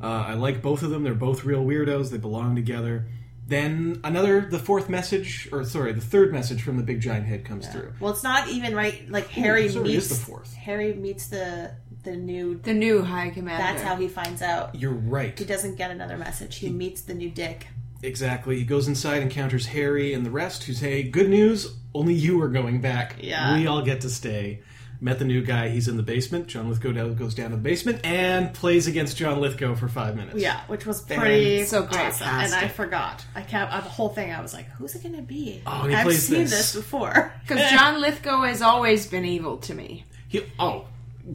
Speaker 1: Uh, I like both of them. They're both real weirdos. They belong together. Then another, the fourth message, or sorry, the third message from the big giant head comes through.
Speaker 3: Well, it's not even right. Like Harry
Speaker 1: sorry, it
Speaker 3: meets
Speaker 1: is the fourth.
Speaker 3: Harry meets the the new.
Speaker 2: The new High Commander.
Speaker 3: That's how he finds out.
Speaker 1: You're right.
Speaker 3: He doesn't get another message. He meets the new dick.
Speaker 1: Exactly. He goes inside, encounters Harry and the rest, who say, "Good news, only you are going back.
Speaker 3: Yeah.
Speaker 1: We all get to stay." Met the new guy. He's in the basement. John Lithgow down- goes down to the basement and plays against John Lithgow for five minutes.
Speaker 3: Yeah, which was pretty
Speaker 2: So great.
Speaker 3: awesome. And I forgot. I kept uh, the whole thing. I was like, "Who's it going to be?"
Speaker 1: Oh, and he
Speaker 3: I've
Speaker 1: plays
Speaker 3: seen
Speaker 1: this.
Speaker 3: this before.
Speaker 2: Because John Lithgow has always been evil to me.
Speaker 1: He, oh,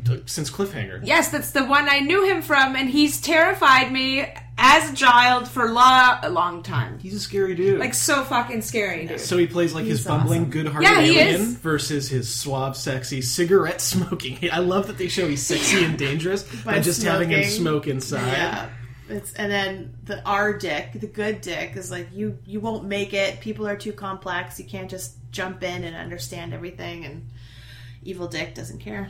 Speaker 1: d- since cliffhanger.
Speaker 2: Yes, that's the one I knew him from, and he's terrified me as a child for lo- a long time.
Speaker 1: He's a scary dude.
Speaker 2: Like, so fucking scary, dude.
Speaker 1: So he plays like his
Speaker 3: He's
Speaker 1: bumbling,
Speaker 3: awesome.
Speaker 1: good-hearted
Speaker 2: Yeah, he
Speaker 1: alien
Speaker 2: is.
Speaker 1: versus his suave, sexy, cigarette smoking. I love that they show he's sexy and dangerous by, just having him
Speaker 3: smoking.
Speaker 1: smoke inside.
Speaker 3: Yeah. It's, and then the our dick, the good dick, is like you you won't make it. People are too complex. You can't just jump in and understand everything. And evil dick doesn't care.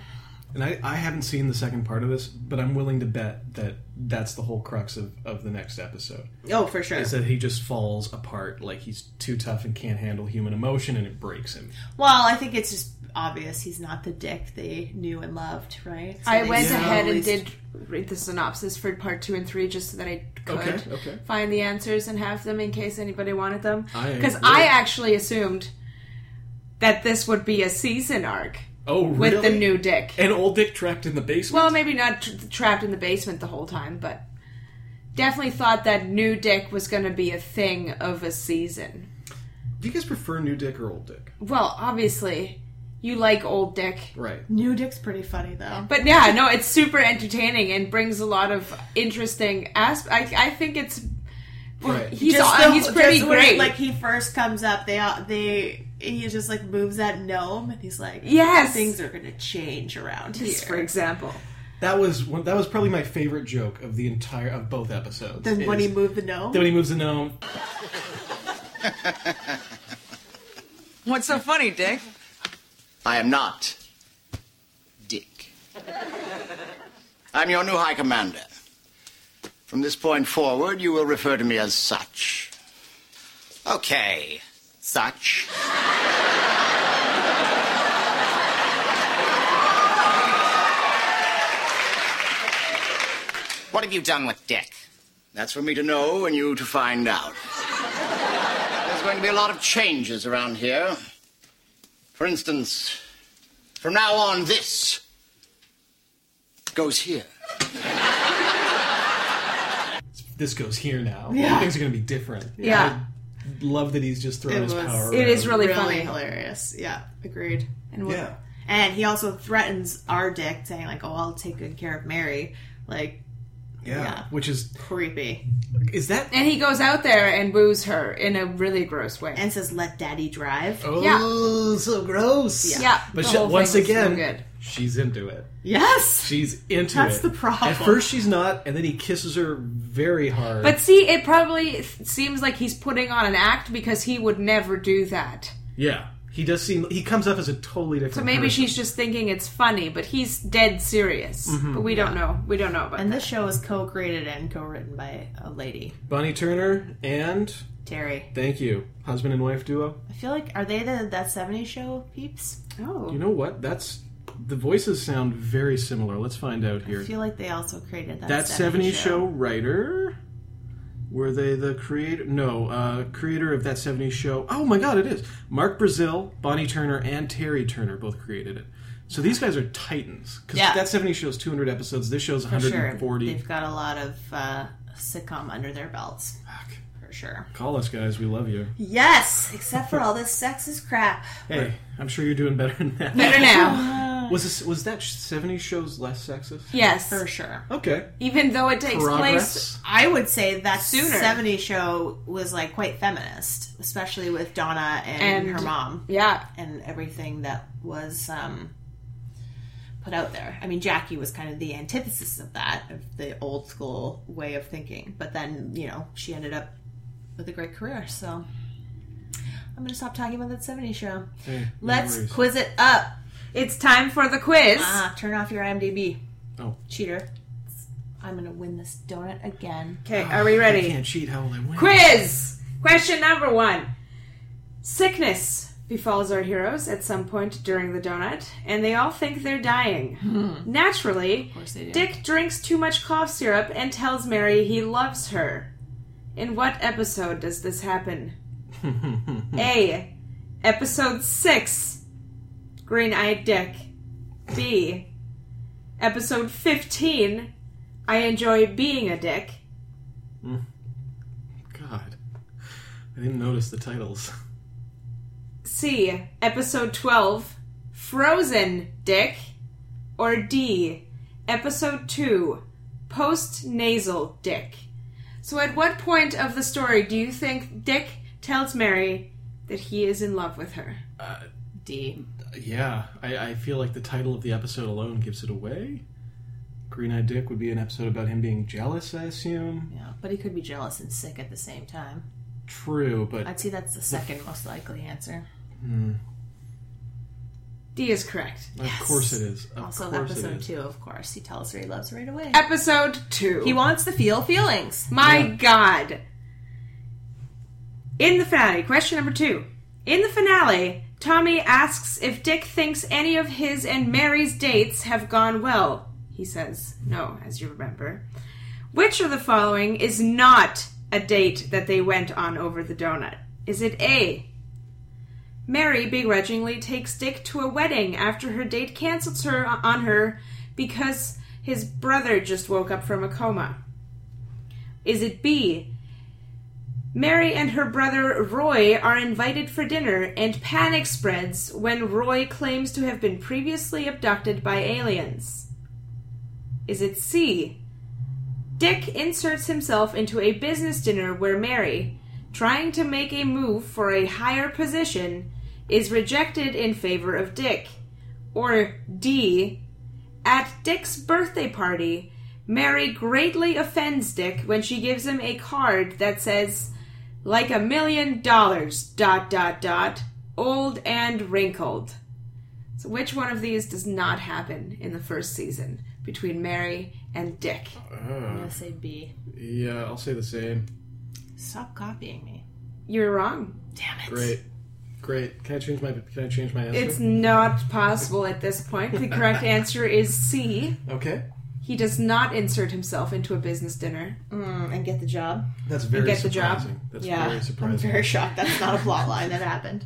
Speaker 1: And I, I haven't seen the second part of this, but I'm willing to bet that that's the whole crux of, of the next episode.
Speaker 3: Oh, for sure.
Speaker 1: Is that he just falls apart, like he's too tough and can't handle human emotion, and it breaks him.
Speaker 3: Well, I think it's just obvious he's not the dick they knew and loved, right? So
Speaker 2: I
Speaker 3: they
Speaker 2: went
Speaker 3: slowly
Speaker 2: ahead and did read the synopsis for part two and three just so that I could
Speaker 1: Okay, okay.
Speaker 2: find the answers and have them in case anybody wanted them.
Speaker 1: I
Speaker 2: Because
Speaker 1: agree.
Speaker 2: I, actually assumed that this would be a season arc
Speaker 1: Oh,
Speaker 2: with
Speaker 1: really?
Speaker 2: the new dick.
Speaker 1: and old Dick trapped in the basement.
Speaker 2: Well, maybe not tr trapped in the basement the whole time, but definitely thought that new dick was going to be a thing of a season.
Speaker 1: Do you guys prefer new Dick or old Dick?
Speaker 2: Well, obviously, you like old dick.
Speaker 1: Right.
Speaker 3: New dick's pretty funny though.
Speaker 2: But yeah, no, it's super entertaining and brings a lot of interesting aspects. I, I think it's.
Speaker 1: Right.
Speaker 2: He's,
Speaker 3: Just
Speaker 2: uh,
Speaker 3: the-
Speaker 2: he's pretty
Speaker 3: just when,
Speaker 2: great.
Speaker 3: Like he first comes up, they all- they he just like moves that gnome, and he's like,
Speaker 2: Yes.
Speaker 3: things are gonna change around here."
Speaker 2: for example.
Speaker 1: That was one, that was probably my favorite joke of the entire of both episodes.
Speaker 3: Then when
Speaker 1: is-
Speaker 3: he moved the gnome,
Speaker 1: Then when he moves the gnome,
Speaker 5: What's so funny, Dick?
Speaker 4: I am not Dick. I'm your new High Commander. From this point forward, you will refer to me as such. Okay, such. what have you done with Dick? That's for me to know and you to find out. There's going to be a lot of changes around here. For instance, from now on, this goes here.
Speaker 1: this goes here now.
Speaker 3: Yeah.
Speaker 1: Things are going to be different.
Speaker 2: Yeah.
Speaker 1: I love that he's just throwing
Speaker 3: It
Speaker 1: his
Speaker 3: was-
Speaker 1: power.
Speaker 2: It is
Speaker 1: around.
Speaker 2: really,
Speaker 3: really
Speaker 2: funny.
Speaker 3: hilarious. Yeah, agreed.
Speaker 2: And we'll-
Speaker 1: Yeah.
Speaker 3: And he also threatens our dick, saying like, "Oh, I'll take good care of Mary." Like
Speaker 1: yeah,
Speaker 3: Yeah.
Speaker 1: Which is
Speaker 3: creepy,
Speaker 1: is that?
Speaker 2: And he goes out there and woos her in a really gross way.
Speaker 3: and says, "Let Daddy drive."
Speaker 1: Oh, so gross.
Speaker 3: Yeah.
Speaker 2: yeah.
Speaker 1: But
Speaker 2: the
Speaker 1: she,
Speaker 2: whole thing
Speaker 1: once
Speaker 2: was so
Speaker 1: again,
Speaker 2: good.
Speaker 1: she's into it.
Speaker 3: Yes,
Speaker 1: She's into
Speaker 3: That's
Speaker 1: it.
Speaker 3: the problem.
Speaker 1: At first, she's not, and then he kisses her very hard.
Speaker 2: But see, it probably seems like he's putting on an act because he would never do that.
Speaker 1: yeah, He does seem he comes up as a totally different.
Speaker 2: So maybe
Speaker 1: person.
Speaker 2: she's just thinking it's funny, but he's dead serious.
Speaker 1: Mm-hmm.
Speaker 2: but we don't know. We don't know about
Speaker 3: And
Speaker 2: that.
Speaker 3: this show is co-created and co-written by a lady,
Speaker 1: Bonnie Turner and
Speaker 3: Terry.
Speaker 1: thank you husband and wife duo.
Speaker 3: I feel like are they the that '70s show peeps?
Speaker 2: oh,
Speaker 1: You know what? That's the voices sound very similar. Let's find out
Speaker 3: I
Speaker 1: here.
Speaker 3: feel like they also created that.
Speaker 1: That
Speaker 3: 70s,
Speaker 1: 70s show writer were they the creator? No, uh, creator of that 70s show. Oh my god, it is Mark Brazil, Bonnie Turner, and Terry Turner both created it. So these guys are titans because
Speaker 3: Yeah.
Speaker 1: that 70s show is 200 episodes. This show's
Speaker 3: For sure,
Speaker 1: 140.
Speaker 3: they've got a lot of uh, sitcom under their belts.
Speaker 1: Fuck.
Speaker 3: For sure.
Speaker 1: Call us, guys. We love you.
Speaker 3: Yes, except for all this sexist crap.
Speaker 1: Hey, I'm sure you're doing better than that.
Speaker 2: better now.
Speaker 1: Was this, was that '70s shows less sexist?
Speaker 2: yes,
Speaker 3: For sure.
Speaker 1: Okay.
Speaker 2: even though it takes place.
Speaker 1: Progress.
Speaker 3: I would say that
Speaker 2: Sooner.
Speaker 3: 70 show was like quite feminist, especially with Donna and,
Speaker 2: And-
Speaker 3: her mom
Speaker 2: Yeah,
Speaker 3: and everything that was um, put out there. I mean, Jackie was kind of the antithesis of that, of the old school way of thinking. But then, you know, she ended up with a great career. So I'm going to stop talking about that 70 show.
Speaker 1: Hey, no
Speaker 3: Let's
Speaker 1: worries.
Speaker 3: quiz it up.
Speaker 2: it's time for the quiz.
Speaker 3: Ah, turn off your IMDb.
Speaker 1: Oh.
Speaker 3: Cheater. I'm gonna win this donut again.
Speaker 2: Okay, are we
Speaker 1: I
Speaker 2: ready?
Speaker 1: can't cheat. How will I win?
Speaker 2: Quiz question number one: Sickness befalls our heroes at some point during the donut, and they all think they're dying. Naturally, Dick drinks too much cough syrup and tells Mary he loves her. In what episode does this happen? A. Episode 6 Green Eyed Dick. B. Episode 15 I Enjoy Being a Dick.
Speaker 1: God, I didn't notice the titles.
Speaker 2: C. Episode 12 Frozen Dick. Or D. Episode 2 Post Nasal Dick. So, at what point of the story do you think Dick tells Mary that he is in love with her?
Speaker 3: D.
Speaker 1: Yeah, I, I feel like the title of the episode alone gives it away. Green Eyed Dick would be an episode about him being jealous, I assume.
Speaker 3: Yeah, but he could be jealous and sick at the same time.
Speaker 1: True, but
Speaker 3: I'd say that's the second most likely answer.
Speaker 2: D is correct.
Speaker 1: of course it is. Of
Speaker 3: Also,
Speaker 1: course it
Speaker 3: episode
Speaker 1: is.
Speaker 3: two, of course, he tells her he loves her right away.
Speaker 2: Episode 2.
Speaker 3: He wants to feel feelings.
Speaker 2: My God. In the finale, question number two. In the finale, Tommy asks if Dick thinks any of his and Mary's dates have gone well. He says, no, as you remember. Which of the following is not a date that they went on over the donut? Is it A? Mary begrudgingly takes Dick to a wedding after her date cancels her on her because his brother just woke up from a coma. Is it B? Mary and her brother Roy are invited for dinner, and panic spreads when Roy claims to have been previously abducted by aliens. Is it C? Dick inserts himself into a business dinner where Mary, trying to make a move for a higher position, is rejected in favor of Dick. Or D? At Dick's birthday party, Mary greatly offends Dick when she gives him a card that says, like a million dollars, dot, dot, dot, old and wrinkled. So, which one of these does not happen in the first season between Mary and Dick?
Speaker 3: I'm gonna say B.
Speaker 1: Yeah, I'll say the same.
Speaker 3: Stop copying me.
Speaker 2: You're wrong.
Speaker 3: Damn it.
Speaker 1: Great, great. Can I change my Can I change my answer?
Speaker 2: It's not possible at this point. The correct answer is C.
Speaker 1: okay.
Speaker 2: He does not insert himself into a business dinner.
Speaker 3: Mm, and get the job.
Speaker 1: That's very
Speaker 2: get the job.
Speaker 1: surprising. That's
Speaker 3: Yeah,
Speaker 1: very
Speaker 3: I'm
Speaker 1: surprising.
Speaker 3: very shocked. That's not a plot line that happened.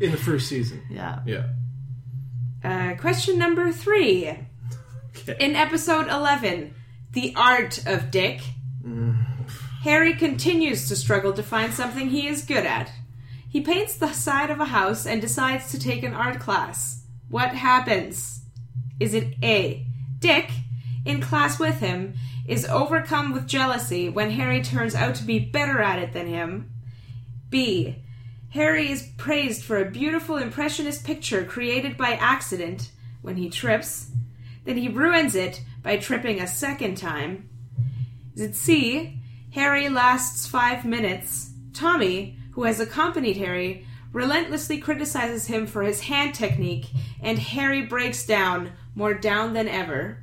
Speaker 1: In the first season.
Speaker 3: Yeah.
Speaker 1: Yeah.
Speaker 2: Uh, question number three.
Speaker 1: Okay.
Speaker 2: In episode 11, The Art of Dick, Harry continues to struggle to find something he is good at. He paints the side of a house and decides to take an art class. What happens? Is it A? Dick, in class with him, is overcome with jealousy when Harry turns out to be better at it than him. B. Harry is praised for a beautiful impressionist picture created by accident when he trips. Then he ruins it by tripping a second time. Is it C? Harry lasts five minutes. Tommy, who has accompanied Harry, relentlessly criticizes him for his hand technique, and Harry breaks down, more down than ever.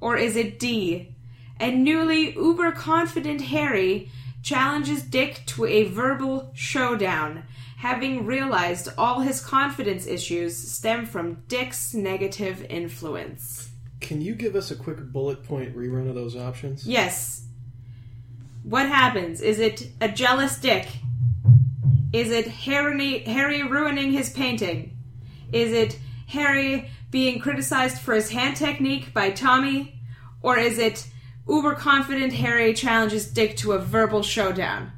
Speaker 2: Or is it D? And newly uber confident Harry challenges Dick to a verbal showdown, having realized all his confidence issues stem from Dick's negative influence.
Speaker 1: Can you give us a quick bullet point rerun of those options?
Speaker 2: Yes. What happens? Is it a jealous dick? Is it Harry, Harry ruining his painting? Is it Harry being criticized for his hand technique by Tommy? Or is it uber confident Harry challenges Dick to a verbal showdown?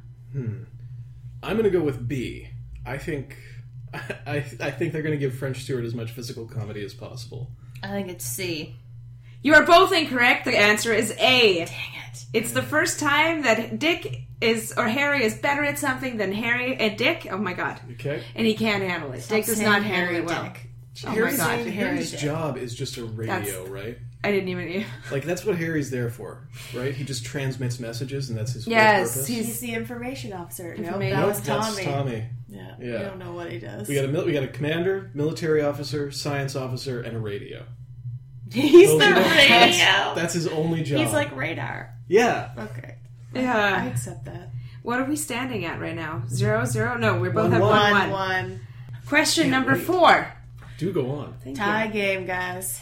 Speaker 1: I'm going to go with B. I think I, I think they're going to give French Stewart as much physical comedy as possible.
Speaker 3: I think it's C.
Speaker 2: You are both incorrect. The answer is A. Dang it. It's the first time that Dick is, or Harry is better at something than Harry and Dick. Oh my god.
Speaker 1: Okay.
Speaker 2: And he can't handle it. Dick does
Speaker 3: saying
Speaker 2: not Harry
Speaker 3: Harry
Speaker 2: well.
Speaker 3: Dick.
Speaker 2: Oh
Speaker 1: Harry's,
Speaker 2: my god.
Speaker 1: Harry's job is just a radio,
Speaker 2: That's-
Speaker 1: right?
Speaker 2: I didn't even.
Speaker 1: Like that's what Harry's there for, right? He just transmits messages, and that's his whole
Speaker 2: Yes,
Speaker 1: purpose.
Speaker 2: he's
Speaker 3: He's the information officer.
Speaker 2: Information-
Speaker 1: Nope,
Speaker 3: No, that was Tommy.
Speaker 1: that's Tommy.
Speaker 3: Yeah.
Speaker 1: Yeah.
Speaker 3: We don't know what he does.
Speaker 1: We got a mil- we got a commander, military officer, science officer, and a radio.
Speaker 3: He's the
Speaker 1: Those are the-
Speaker 3: radio.
Speaker 1: That's his only job.
Speaker 3: He's like radar.
Speaker 1: yeah,
Speaker 3: Okay. I
Speaker 2: yeah.
Speaker 3: accept that.
Speaker 2: What are we standing at right now? Zero, zero. No, we
Speaker 1: One,
Speaker 2: both have
Speaker 1: one.
Speaker 2: one,
Speaker 3: One
Speaker 2: one.
Speaker 3: one.
Speaker 2: Question number
Speaker 1: wait.
Speaker 2: four.
Speaker 1: do go on.
Speaker 3: Tie game, guys.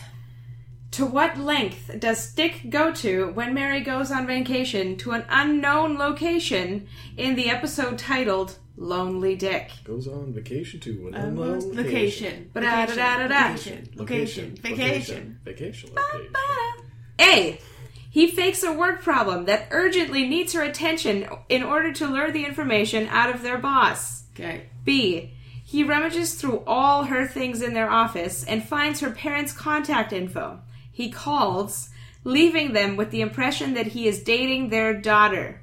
Speaker 2: To what length does Dick go to when Mary goes on vacation to an unknown location in the episode titled "Lonely Dick"?
Speaker 1: Goes on vacation to an unknown
Speaker 3: Location. Location.
Speaker 2: Ba-da-da-da-da-da.
Speaker 3: Location. Location. Vacation.
Speaker 1: Vacation. Vacation. Location.
Speaker 2: A. He fakes a work problem that urgently needs her attention in order to lure the information out of their boss.
Speaker 3: Okay.
Speaker 2: B. He rummages through all her things in their office and finds her parents' contact info. He calls, leaving them with the impression that he is dating their daughter.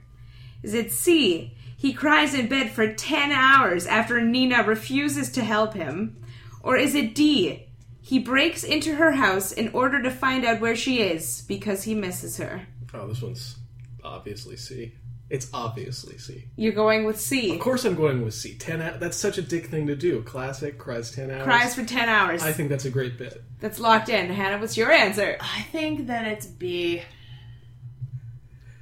Speaker 2: Is it C? He cries in bed for 10 hours after Nina refuses to help him. Or is it D? He breaks into her house in order to find out where she is because he misses her.
Speaker 1: Oh, this one's obviously C. It's obviously C.
Speaker 2: You're going with C.
Speaker 1: Of course, I'm going with C. Ten. Hou- That's such a dick thing to do. Classic. Cries ten hours.
Speaker 2: Cries for 10 hours.
Speaker 1: I think that's a great bit.
Speaker 2: That's locked in. Hannah, what's your answer?
Speaker 3: I think that it's B.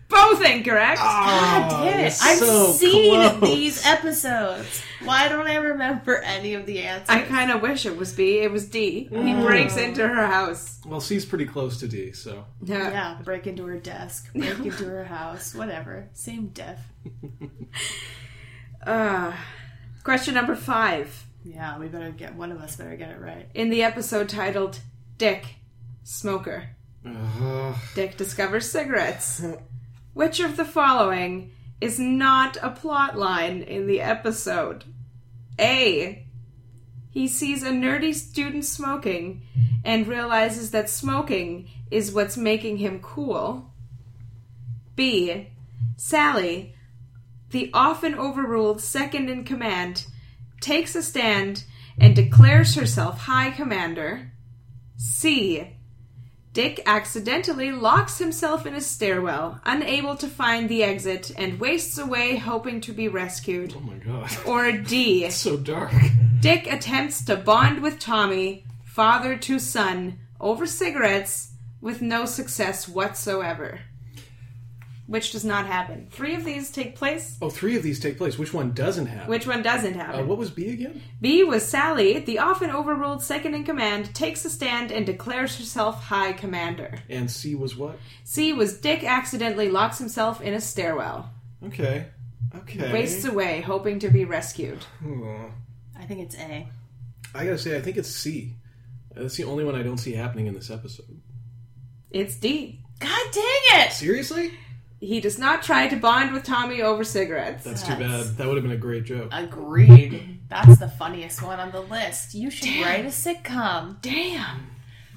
Speaker 2: Both incorrect.
Speaker 1: Ah!
Speaker 3: God
Speaker 1: Oh,
Speaker 3: damn it.
Speaker 1: you're
Speaker 3: I've
Speaker 1: so
Speaker 3: seen
Speaker 1: close.
Speaker 3: these episodes. Why don't I remember any of the answers?
Speaker 2: I kind of wish it was B. It was D. He breaks into her house.
Speaker 1: Well, C's pretty close to D, so
Speaker 2: Yeah.
Speaker 3: yeah, break into her desk, break into her house, whatever. Same diff.
Speaker 2: Question number five
Speaker 3: Yeah, we better get one of us better get it right.
Speaker 2: in the episode titled "Dick Smoker." Dick discovers cigarettes. Which of the following is not a plot line in the episode? A. He sees a nerdy student smoking and realizes that smoking is what's making him cool. B. Sally, the often overruled second in command, takes a stand and declares herself High Commander. C. Dick accidentally locks himself in a stairwell, unable to find the exit, and wastes away hoping to be rescued.
Speaker 1: oh my god,
Speaker 2: Or D.
Speaker 1: so dark.
Speaker 2: Dick attempts to bond with Tommy, father to son, over cigarettes with no success whatsoever. Which does not happen. Three of these take place.
Speaker 1: Oh, three of these take place. Which one doesn't happen?
Speaker 2: Which one doesn't
Speaker 1: Uh,
Speaker 2: happen?
Speaker 1: what was B again?
Speaker 2: B was Sally, the often overruled second in command, takes a stand and declares herself high commander.
Speaker 1: And C was what?
Speaker 2: C was Dick accidentally locks himself in a stairwell,
Speaker 1: Okay. Okay.
Speaker 2: wastes away, hoping to be rescued.
Speaker 1: Hmm.
Speaker 3: I think it's A.
Speaker 1: I gotta say, I think it's C. That's the only one I don't see happening in this episode.
Speaker 2: It's D.
Speaker 3: God dang it!
Speaker 1: Seriously?
Speaker 2: He does not try to bond with Tommy over cigarettes.
Speaker 1: That's too bad. That would have been a great joke.
Speaker 3: Agreed. That's the funniest one on the list. You should write a sitcom.
Speaker 2: Damn.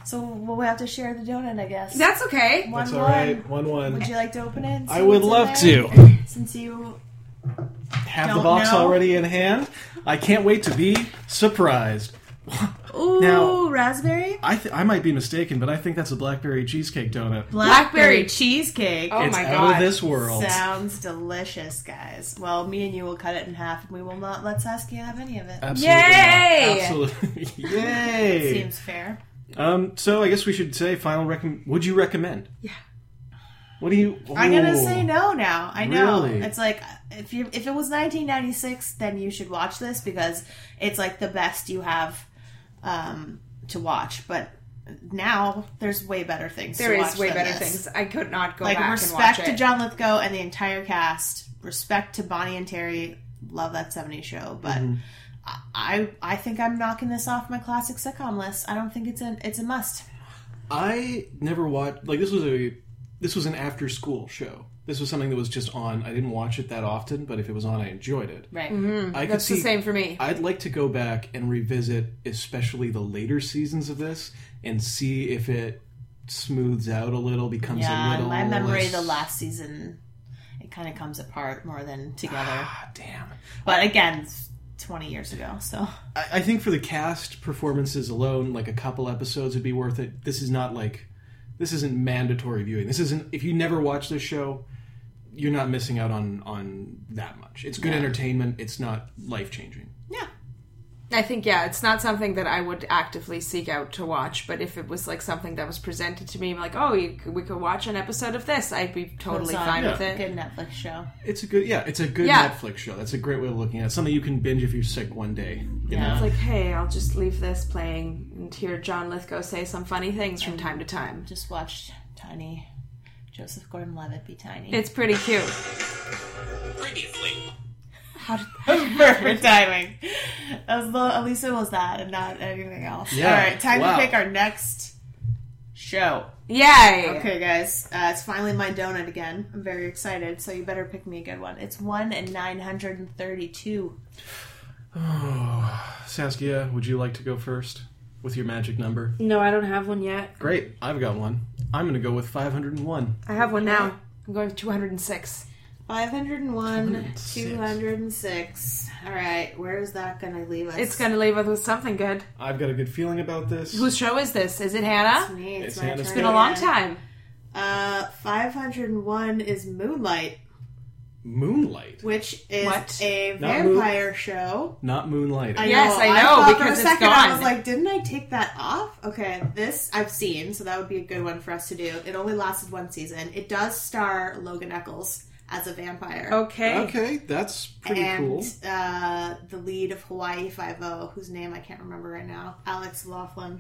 Speaker 3: So we'll have to share the donut, I guess.
Speaker 2: That's okay.
Speaker 3: one
Speaker 1: That's
Speaker 3: one.
Speaker 1: all right. One one.
Speaker 3: Would you like to open it? and see
Speaker 1: I would love
Speaker 3: what's in there?
Speaker 1: to
Speaker 3: Since you
Speaker 1: have the
Speaker 3: Don't
Speaker 1: box
Speaker 3: know.
Speaker 1: already in hand. I can't wait to be surprised.
Speaker 3: Ooh,
Speaker 1: Now-
Speaker 3: raspberry?
Speaker 1: I th- I might be mistaken, but I think that's a blackberry cheesecake donut.
Speaker 3: Oh Blackberry cheesecake.
Speaker 2: Oh
Speaker 1: it's
Speaker 2: my
Speaker 1: out
Speaker 2: God.
Speaker 1: of this world.
Speaker 3: Sounds delicious, guys. Well, me and you will cut it in half, and we will not let Saskia have any of it.
Speaker 1: Absolutely. not.
Speaker 2: Yay!
Speaker 1: Absolutely. Yay!
Speaker 3: Seems fair.
Speaker 1: Um, so I guess we should say final recommend. Would you recommend? Yeah. What do you?
Speaker 3: I'm gonna
Speaker 1: Ooh.
Speaker 3: say no now. I know
Speaker 1: Really?
Speaker 3: it's like if you if it was 1996, then you should watch this because it's like the best you have um, to watch. But now there's way better things.
Speaker 2: There
Speaker 3: to
Speaker 2: is
Speaker 3: watch
Speaker 2: way
Speaker 3: than
Speaker 2: better
Speaker 3: this.
Speaker 2: things. I could not go
Speaker 3: Like
Speaker 2: back
Speaker 3: respect
Speaker 2: and watch
Speaker 3: to
Speaker 2: it.
Speaker 3: John Lithgow and the entire cast. Respect to Bonnie and Terry. Love that 70s show, but.
Speaker 1: Mm-hmm.
Speaker 3: I, I think I'm knocking this off my classic sitcom list. I don't think it's a it's a must.
Speaker 1: I never watched. Like this was a this was an after school show. This was something that was just on. I didn't watch it that often, but if it was on, I enjoyed it.
Speaker 3: Right.
Speaker 1: I could
Speaker 2: That's
Speaker 1: see,
Speaker 2: the same for me.
Speaker 1: I'd like to go back and revisit, especially the later seasons of this, and see if it smooths out a little, becomes a
Speaker 3: Yeah,
Speaker 1: little.
Speaker 3: my memory
Speaker 1: less-
Speaker 3: the last season it kind of comes apart more than together.
Speaker 1: Ah, damn.
Speaker 3: But again, it's 20 years ago, so
Speaker 1: I, I think for the cast performances alone, like a couple episodes would be worth it. This is not like this isn't mandatory viewing. This isn't if you never watch this show, you're not missing out on on that much. It's good entertainment. It's not life changing.
Speaker 3: yeah.
Speaker 2: I think yeah, it's not something that I would actively seek out to watch. But if it was like something that was presented to me, like oh, you, c- we could watch an episode of this, I'd be totally
Speaker 3: It's on
Speaker 2: fine
Speaker 3: a
Speaker 2: with it.
Speaker 3: Good Netflix show.
Speaker 1: It's a good yeah. It's a good
Speaker 2: Yeah.
Speaker 1: Netflix show. That's a great way of looking at it. Something you can binge if you're sick one day. You
Speaker 3: Yeah.
Speaker 1: know?
Speaker 2: It's like hey, I'll just leave this playing and hear John Lithgow say some funny things from time to time.
Speaker 3: Just watched Tiny Joseph Gordon-Levitt be tiny.
Speaker 2: It's pretty cute.
Speaker 8: Previously.
Speaker 2: How did,
Speaker 3: perfect timing. As though at least it was that and not anything else.
Speaker 1: Yeah.
Speaker 3: All right, time
Speaker 1: Wow.
Speaker 3: to pick our next show.
Speaker 2: yay!
Speaker 3: Okay, guys, uh, it's finally my donut again. I'm very excited, so you better pick me a good one. It's one and nine hundred and thirty-two.
Speaker 1: Saskia, would you like to go first with your magic number?
Speaker 2: No, I don't have one yet.
Speaker 1: Great. I've got one. I'm gonna go with 501.
Speaker 2: I have one now. I'm going with 206.
Speaker 3: 501,
Speaker 1: 206.
Speaker 3: 206. All right, where is that going to leave us?
Speaker 2: It's going to leave us with something good.
Speaker 1: I've got a good feeling about this.
Speaker 2: Whose show is this? Is it Hannah?
Speaker 3: me. It's,
Speaker 1: It's
Speaker 3: my
Speaker 1: Hannah's
Speaker 3: turn
Speaker 1: turn.
Speaker 2: It's been a long
Speaker 3: again.
Speaker 2: time.
Speaker 3: Uh, 501 is Moonlight,
Speaker 1: Moonlight,
Speaker 3: which is
Speaker 2: What?
Speaker 3: a
Speaker 1: Not Moon-
Speaker 3: vampire show.
Speaker 1: not moonlighting.
Speaker 2: Yes, I know,
Speaker 3: thought
Speaker 2: because
Speaker 3: for a
Speaker 2: it's
Speaker 3: second I
Speaker 2: gone.
Speaker 3: was like, didn't I take that off? Okay, this I've seen, so that would be a good one for us to do. It only lasted one season. It does star Logan Eccles as a vampire.
Speaker 2: Okay.
Speaker 1: Okay, that's pretty
Speaker 3: and
Speaker 1: cool.
Speaker 3: uh, the lead of Hawaii Five O, whose name I can't remember right now, Alex Laughlin,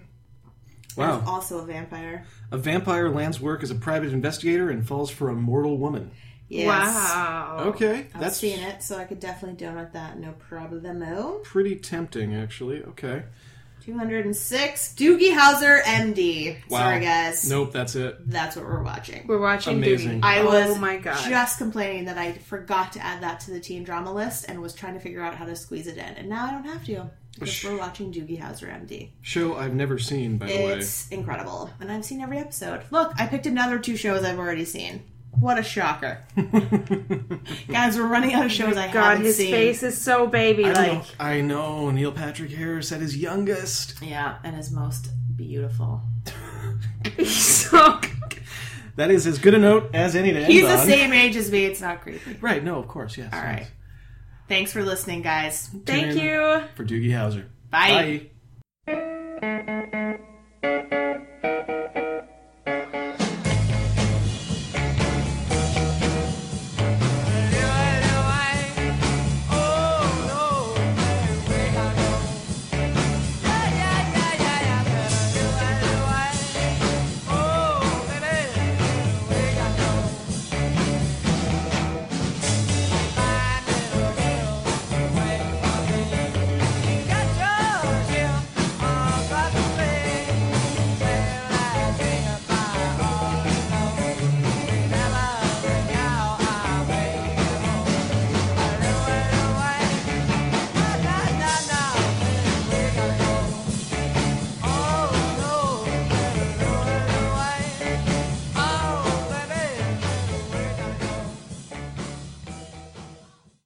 Speaker 3: is
Speaker 1: Wow.
Speaker 3: also a vampire.
Speaker 1: A vampire lands work as a private investigator and falls for a mortal woman.
Speaker 3: Yes.
Speaker 2: Wow.
Speaker 1: Okay,
Speaker 3: I've
Speaker 1: that's
Speaker 3: seen it, so I could definitely donut that. No problemo.
Speaker 1: pretty tempting, actually. Okay.
Speaker 3: 206, Doogie Howser, MD. Sorry, guys.
Speaker 1: Nope, that's it.
Speaker 3: That's what we're watching.
Speaker 2: We're watching
Speaker 1: Amazing.
Speaker 2: Doogie.
Speaker 3: I was
Speaker 2: oh my god.
Speaker 3: just complaining that I forgot to add that to the teen drama list and was trying to figure out how to squeeze it in. And now I don't have to because we're watching Doogie Howser, MD.
Speaker 1: Show I've never seen, by the way.
Speaker 3: It's incredible. And I've seen every episode. Look, I picked another two shows I've already seen. What a shocker. Guys, we're running out of shows I
Speaker 2: god,
Speaker 3: haven't
Speaker 2: his
Speaker 3: seen.
Speaker 2: face is so baby
Speaker 1: I
Speaker 2: like.
Speaker 1: know- I know Neil Patrick Harris at his youngest.
Speaker 3: Yeah, and is most beautiful.
Speaker 2: So
Speaker 1: That is as good a note as any to end
Speaker 3: He's the
Speaker 1: on.
Speaker 3: same age as me. It's not creepy.
Speaker 1: Right? No, of course, yes. All
Speaker 3: right. Thanks for listening, guys.
Speaker 2: thank you.
Speaker 1: for Doogie Howser.
Speaker 3: Bye.
Speaker 1: Bye.